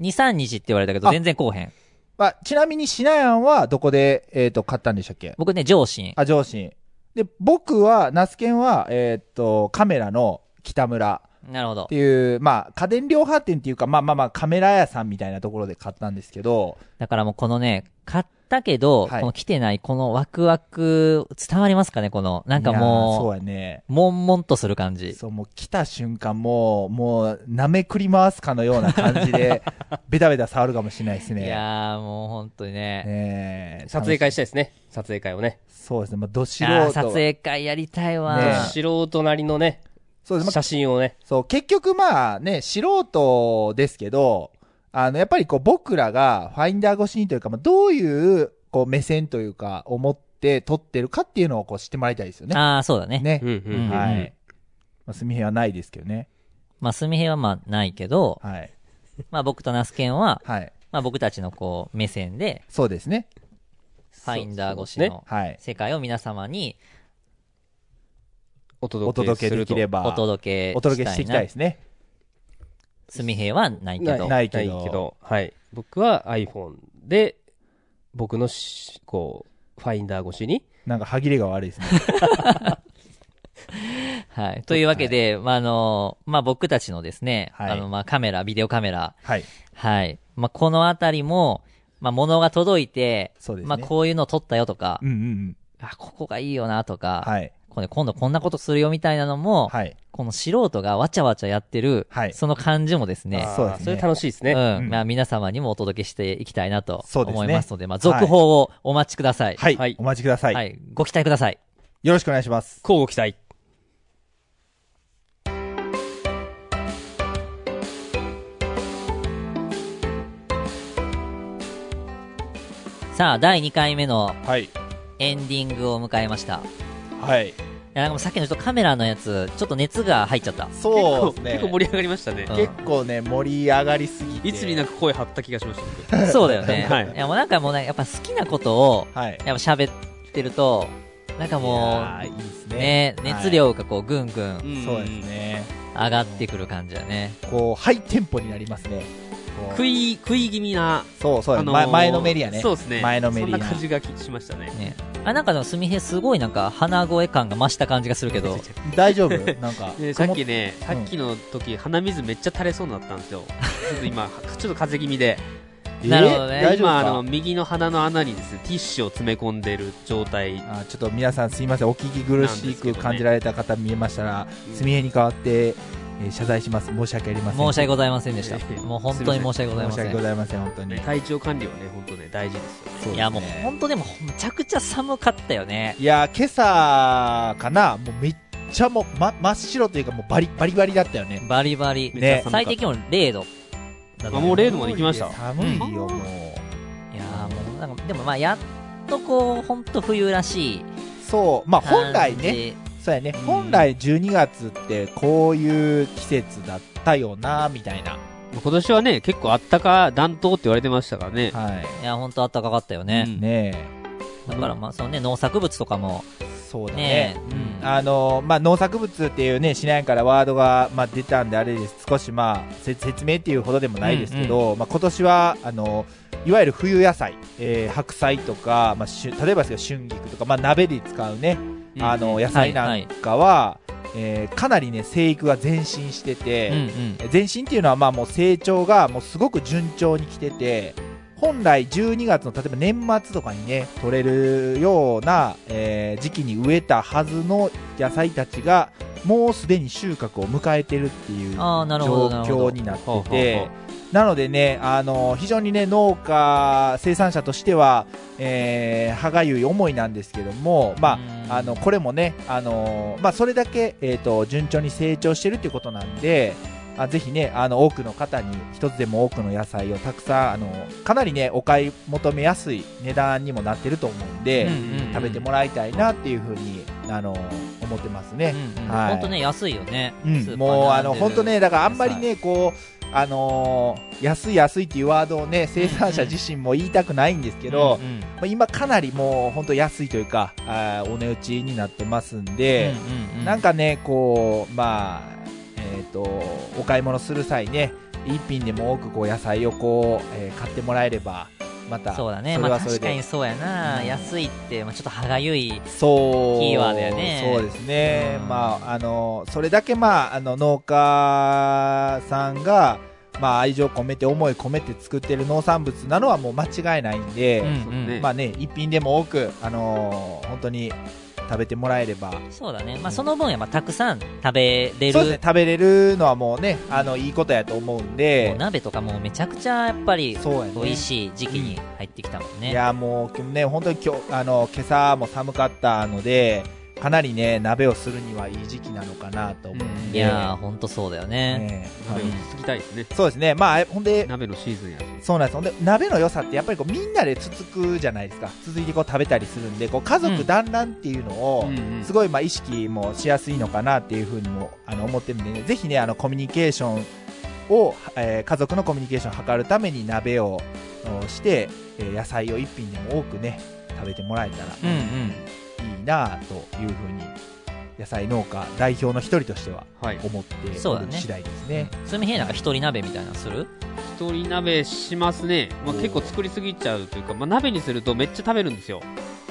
Speaker 1: 2、3日って言われたけど、
Speaker 2: あ
Speaker 1: 全然こうへん。
Speaker 2: まあ、ちなみにシナヤンはどこで、えっ、と、買ったんでしたっけ
Speaker 1: 僕ね、上心。
Speaker 2: あ、上信。で、僕は、ナスケンは、えっ、と、カメラの北村
Speaker 1: なるほど
Speaker 2: って。いう、まあ、家電量販店っていうか、まあまあまあ、カメラ屋さんみたいなところで買ったんですけど、
Speaker 1: だからもうこのね、買ったけど、
Speaker 2: はい
Speaker 1: この来てない、このワクワク、伝わりますかね、この、なんか
Speaker 2: い
Speaker 1: も
Speaker 2: やーそうやね。
Speaker 1: う、悶々とする感じ。
Speaker 2: そう、もう来た瞬間、もう、もう、舐めくり回すかのような感 じで、ベタベタ触るかもしれないですね。
Speaker 1: いやー、もう本当にね。
Speaker 2: ねえ
Speaker 3: 撮影会
Speaker 2: 楽し
Speaker 3: したいですね。撮影会をね。
Speaker 2: そうですね。まあ、ど素
Speaker 1: い
Speaker 2: 人
Speaker 1: や
Speaker 2: は。
Speaker 1: ー撮影会やりたいわ。
Speaker 2: ね
Speaker 3: 素人なりのね、
Speaker 2: そうです、まあ
Speaker 3: 写真をね。
Speaker 2: そう、結局まあね、素人ですけど、あの、やっぱりこう僕らがファインダー越しにというか、まあ、どういう、こう目線というか、思って撮ってるかっていうのをこう知ってもらいたいですよね。
Speaker 1: ああ、そうだね。
Speaker 2: ね
Speaker 3: う。んうんうん。
Speaker 2: は
Speaker 1: うんう
Speaker 2: い。まあ、すみへはないですけどね。
Speaker 1: まあ、すみへはまあ、ないけど、
Speaker 2: はい。
Speaker 1: まあ、僕とナスケンは、
Speaker 2: はい。
Speaker 1: まあ、僕たちのこう、目線で、
Speaker 2: そうですね。
Speaker 1: ファインダー越し
Speaker 3: そう
Speaker 1: の
Speaker 2: はい。
Speaker 1: 世界を皆様に
Speaker 3: お
Speaker 2: お
Speaker 3: 届け
Speaker 2: 届
Speaker 3: す
Speaker 2: けで
Speaker 3: ると
Speaker 2: きれば。
Speaker 1: お届け。
Speaker 2: お届けしていきたいですすね。
Speaker 1: すみへはないけ
Speaker 3: ない
Speaker 1: ど。
Speaker 2: ないけど
Speaker 3: はい。僕は iPhone で、僕のし、こう、ファインダー越しに、
Speaker 2: なんか歯切れが悪いですね。
Speaker 1: はい。というわけで、まあ、あの、まあ、僕たちのですね、
Speaker 2: はい
Speaker 1: あの、まあ、カメラ、ビデオカメラ、
Speaker 2: はい。
Speaker 1: はい。まあ、このあたりも、まあ、物が届いて、
Speaker 2: そうですね
Speaker 1: まあ、こういうの撮ったよとか、
Speaker 2: うんうんうん。
Speaker 1: あ、ここがいいよなとか、
Speaker 2: はい。
Speaker 1: これ今度こんなことするよみたいなのも、
Speaker 2: はい。
Speaker 1: この素人がわちゃわちゃやってる、
Speaker 2: はい
Speaker 1: その感じもですね、
Speaker 3: あー
Speaker 2: そうですね
Speaker 3: それ楽しいですね。
Speaker 1: うん、
Speaker 2: うん
Speaker 1: まあ皆様にもお届けしていきたいなと
Speaker 2: そうですね
Speaker 1: 思いますので、まあ続報をお待ちください。
Speaker 2: はい。
Speaker 3: はい
Speaker 2: お待ちくださ。
Speaker 1: はいいご期待ください。
Speaker 2: よろしくお願いします。
Speaker 3: 交互期待。
Speaker 1: さあ、第2回目の
Speaker 2: はい。
Speaker 1: エンディングを迎えました。い
Speaker 2: はい。
Speaker 1: や、なんかもうさっきのちょっとカメラのやつ、ちょっと熱が入っちゃ った。
Speaker 2: そうです
Speaker 3: 結構
Speaker 2: ね。
Speaker 3: 結構盛り上がりましたね。
Speaker 1: うん
Speaker 2: 結構ね、盛り上がりすぎて。
Speaker 3: いつになく声張った気がしました僕。
Speaker 1: そうだよ ね。
Speaker 3: はい
Speaker 1: や、もうなんかもうね、やっぱ好きなことを、
Speaker 2: はい。
Speaker 1: やっぱ喋ってると、なんかも
Speaker 2: いやーいいです
Speaker 1: う、
Speaker 2: ね。
Speaker 1: ね、熱量がこう、ぐんぐん
Speaker 2: はい。そうですね。
Speaker 1: 上がってくる感じだね。
Speaker 2: こう、ハイテンポになりますね。こう
Speaker 3: 食い、食い気味な、
Speaker 2: そうそう、
Speaker 3: あのー
Speaker 2: 前前のめりやね。
Speaker 3: そうですね。
Speaker 2: 前のめり
Speaker 3: そ
Speaker 2: や
Speaker 3: んな感じがしましたね。。
Speaker 1: ね。あ、なんかでも、すみへすごいなんか、鼻声感が増した感じがするけ ど。
Speaker 2: 大丈夫なんか
Speaker 3: でさっきね、さっきの時、鼻水めっちゃ垂れそうになったん ですよ。ちょっと今、ちょっと風邪気味で。
Speaker 2: え
Speaker 1: なるほどね
Speaker 2: 大丈夫
Speaker 3: 今、
Speaker 2: か
Speaker 3: あの、右の鼻の穴にですね、ティッシュを詰め込んでる状態。
Speaker 2: あちょっと皆さんすいませんお聞き苦しく感じられた方見えましたら、
Speaker 3: うん
Speaker 2: すみへに代わって、えー謝罪します申し訳ありません
Speaker 1: 申し訳ございませんでし
Speaker 3: いえい
Speaker 1: た。
Speaker 3: え
Speaker 1: もう本当に申し訳ございま
Speaker 2: 申し
Speaker 1: せ
Speaker 2: 訳ご
Speaker 1: ん。
Speaker 2: ざいません本当に、
Speaker 3: 体調管理はね、本当ね、大事ですよ。
Speaker 2: そうですね
Speaker 1: いや、もう本当でも、むちゃくちゃ寒かったよね。
Speaker 2: いや今朝かなもうめっちゃもう、ま、真っ白というかもうバリバリバリだったよね
Speaker 1: バリバリ。
Speaker 2: ね
Speaker 3: めっちゃ寒かった
Speaker 1: 最低気温0度。
Speaker 2: あ
Speaker 3: もう0度まで行きました
Speaker 2: 寒いよもう
Speaker 1: いやーもう、なんか、でもまあ、やっとこう、本当冬らしい
Speaker 2: そうまあ
Speaker 1: 感じ。
Speaker 2: 本来ねそうやね
Speaker 3: ん
Speaker 2: 本来12月ってこういう季節だったよなみたいな
Speaker 3: 今年はね、結構あったか暖冬って言われてましたからね。
Speaker 2: はい
Speaker 1: や、本当暖かかったよね。
Speaker 3: うん
Speaker 2: ね
Speaker 1: だからまあ、そのね、農作物とかも、
Speaker 2: えそうだね
Speaker 1: ね、うん
Speaker 2: あのまあ、農作物っていうね、市内からワードが、まあ、出たんであれです、少し、まあ、せ説明っていうほどでもないですけど、まあ、今年はあのいわゆる冬野菜、えー白菜とか、まあ、しゅ例えばですけど春菊とか、まあ、鍋で使うね、
Speaker 3: うん
Speaker 2: あの野菜なんかは、えーかなりね、生育が前進してて、
Speaker 1: うんうん。
Speaker 2: 前進っていうのはまあもう成長がもうすごく順調に来てて本来12月の例えば年末とかにね取れるような、えー時期に植えたはずの野菜たちがもうすでに収穫を迎えてるっていう
Speaker 1: ああ、なるほ
Speaker 2: 状
Speaker 1: ど、なるほど。
Speaker 2: 況になっ
Speaker 3: ほうほう
Speaker 2: て
Speaker 3: ほう
Speaker 2: てなのでねあの非常にね農家生産者としては、えー歯がゆい思いなんですけどもまあ
Speaker 1: うん
Speaker 2: あのこれもね、あのーまあ、それだけ、えー、と順調に成長してるということなんで、あぜひね、あの多くの方に一つでも多くの野菜をたくさん、あのかなりね、お買い求めやすい値段にもなってると思うんで、
Speaker 1: うんうん
Speaker 2: 食べてもらいたいなっていうふうに、あのー思ってますね。はい
Speaker 1: 本当ね、安いよね。
Speaker 2: うん
Speaker 1: スーパーに並んでる
Speaker 2: もうあの本当ね、だからあんまりね、こうあのー安い安いっていうワードをね、生産者自身も言いたくないんですけど、
Speaker 1: うんうん
Speaker 2: まあ今かなりもう本当安いというか、あーお値打ちになってますんで、
Speaker 1: うんう
Speaker 2: なん、かね、こう、まあ、えっ、と、お買い物する際ね、一品でも多くこう野菜をこう、えー買ってもらえれば、また、
Speaker 1: そうだね。
Speaker 2: そ
Speaker 1: ま
Speaker 2: れ
Speaker 1: あ
Speaker 2: はそれ
Speaker 1: 確かに
Speaker 2: で。
Speaker 1: そうやな。
Speaker 2: うん
Speaker 1: 安いって、まあちょっと歯がゆい。
Speaker 2: そう。
Speaker 1: キーワードやね
Speaker 2: そうですね。
Speaker 1: うん
Speaker 2: まあ、あの、それだけまあ、あの、農家さんが、まあ、愛情込めて、思い込めて作ってる農産物なのはもう間違いないんで、
Speaker 1: うん
Speaker 3: そうね
Speaker 2: まあね、一品でも多く、あのー本当に食べてもらえれば、
Speaker 1: そうだね。まあその分や、まあたくさん食べれ
Speaker 2: そうですね
Speaker 1: る。、
Speaker 2: 食べれるのはもうね、あの、いいことやと思うん
Speaker 1: もう
Speaker 2: で、
Speaker 1: 鍋とかもうめちゃくちゃやっぱり
Speaker 2: そうやね。
Speaker 1: 美味しい時期に入ってきたもん
Speaker 2: い
Speaker 1: ね。
Speaker 2: や、もう、今日ね、本当に今日、あの、今朝も寒かったので、かなりね、鍋をするにはいい時期なのかなと思うん
Speaker 3: うん
Speaker 1: い
Speaker 2: で、
Speaker 1: やー、ほんとそうだよね。
Speaker 2: ね
Speaker 3: 鍋をつつきたいですね。
Speaker 2: そうですね、まあ、ほんで、
Speaker 3: 鍋のシーズンやし。
Speaker 2: そうなんです。ほんで、鍋の良さってやっぱりこうみんなでつつくじゃないですか。続いてこう食べたりするんで、こう家
Speaker 1: う
Speaker 2: 族
Speaker 1: ん
Speaker 2: 団らんっていうのを、
Speaker 3: うんうん
Speaker 2: すごいまあ意識もしやすいのかなっていうふうにもあの思ってるんで、ね、ぜひねあのコミュニケーションを、えー家族のコミュニケーションを図るために鍋をおして、えー野菜を一品でも多くね食べてもらえたら
Speaker 1: うんうん。
Speaker 2: いいなというふうに野菜農家代表の一人としては
Speaker 3: はい。
Speaker 2: 思っている
Speaker 1: そうだね
Speaker 2: 次第ですね。
Speaker 1: そういう意味でなんか一人鍋みたいなのする
Speaker 3: 一人鍋しますね。まあ結構作りすぎちゃうというか、まあ鍋にするとめっちゃ食べるんですよ。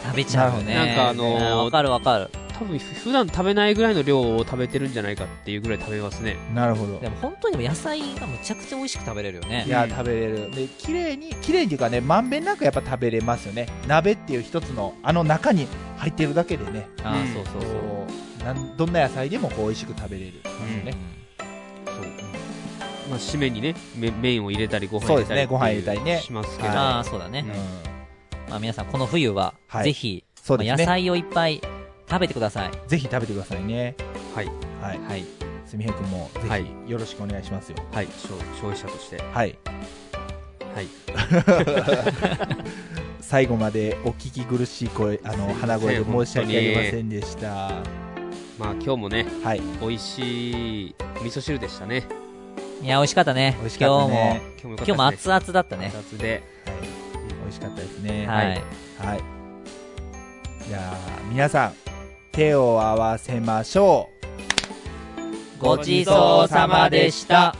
Speaker 1: 食べちゃうよね。
Speaker 3: なるほどねなんかあのー
Speaker 1: わかるわかる。
Speaker 3: 多分普段食べないぐらいの量を食べてるんじゃないかっていうぐらい食べますね。
Speaker 2: なるほど
Speaker 1: でも本当にでも野菜がむちゃくちゃ美味しく食べれるよね
Speaker 2: い。や食べれるで綺麗に綺麗にというかねまんべんなくやっぱ食べれますよね鍋っていう一つのあの中に入ってるだけでね
Speaker 1: ああ、
Speaker 3: うん
Speaker 1: そうそうそう。
Speaker 2: こうなんどんな野菜でもこう美味しく食べれる、
Speaker 3: うん
Speaker 2: ね
Speaker 3: そう。まあ、締めにね、め麺を入れたり、ご飯
Speaker 2: そうで
Speaker 3: 入れ
Speaker 2: す
Speaker 3: た
Speaker 2: ね
Speaker 3: り。
Speaker 2: ご飯入れたりね
Speaker 3: しますけど。
Speaker 2: は
Speaker 1: ああ、そうだね。
Speaker 2: うん
Speaker 1: まあ皆さん、この冬は、
Speaker 2: はい
Speaker 1: ぜひ、
Speaker 2: そうで
Speaker 1: まあ
Speaker 2: す
Speaker 1: 野
Speaker 2: ね、
Speaker 1: 菜をいっぱい食べてください。
Speaker 2: ぜひ食べてくださいね
Speaker 3: はい。
Speaker 2: はい
Speaker 1: はい。
Speaker 2: すみへんくんもぜ
Speaker 3: はい
Speaker 2: ひよろしくお願いしますよ
Speaker 3: はい。消消費者として。
Speaker 2: はい
Speaker 3: はい。
Speaker 2: 最後までお聞き苦しい声あの鼻声で申し訳ありませんでした
Speaker 3: まあ、今日もね、
Speaker 2: はい
Speaker 3: 美味しい味噌汁でしたね。
Speaker 1: いや、美味しかったね。
Speaker 2: 美味しかったね
Speaker 3: 今日もよ
Speaker 1: 今日
Speaker 3: かっ
Speaker 1: も、今日も
Speaker 3: たで
Speaker 1: 熱
Speaker 3: すね。
Speaker 1: 々だったね。
Speaker 3: 熱々で。
Speaker 2: はい美味しかったですね
Speaker 1: はい。
Speaker 2: はい。じゃあ、皆さん、手を合わせましょう。
Speaker 1: ごちそうさまでした。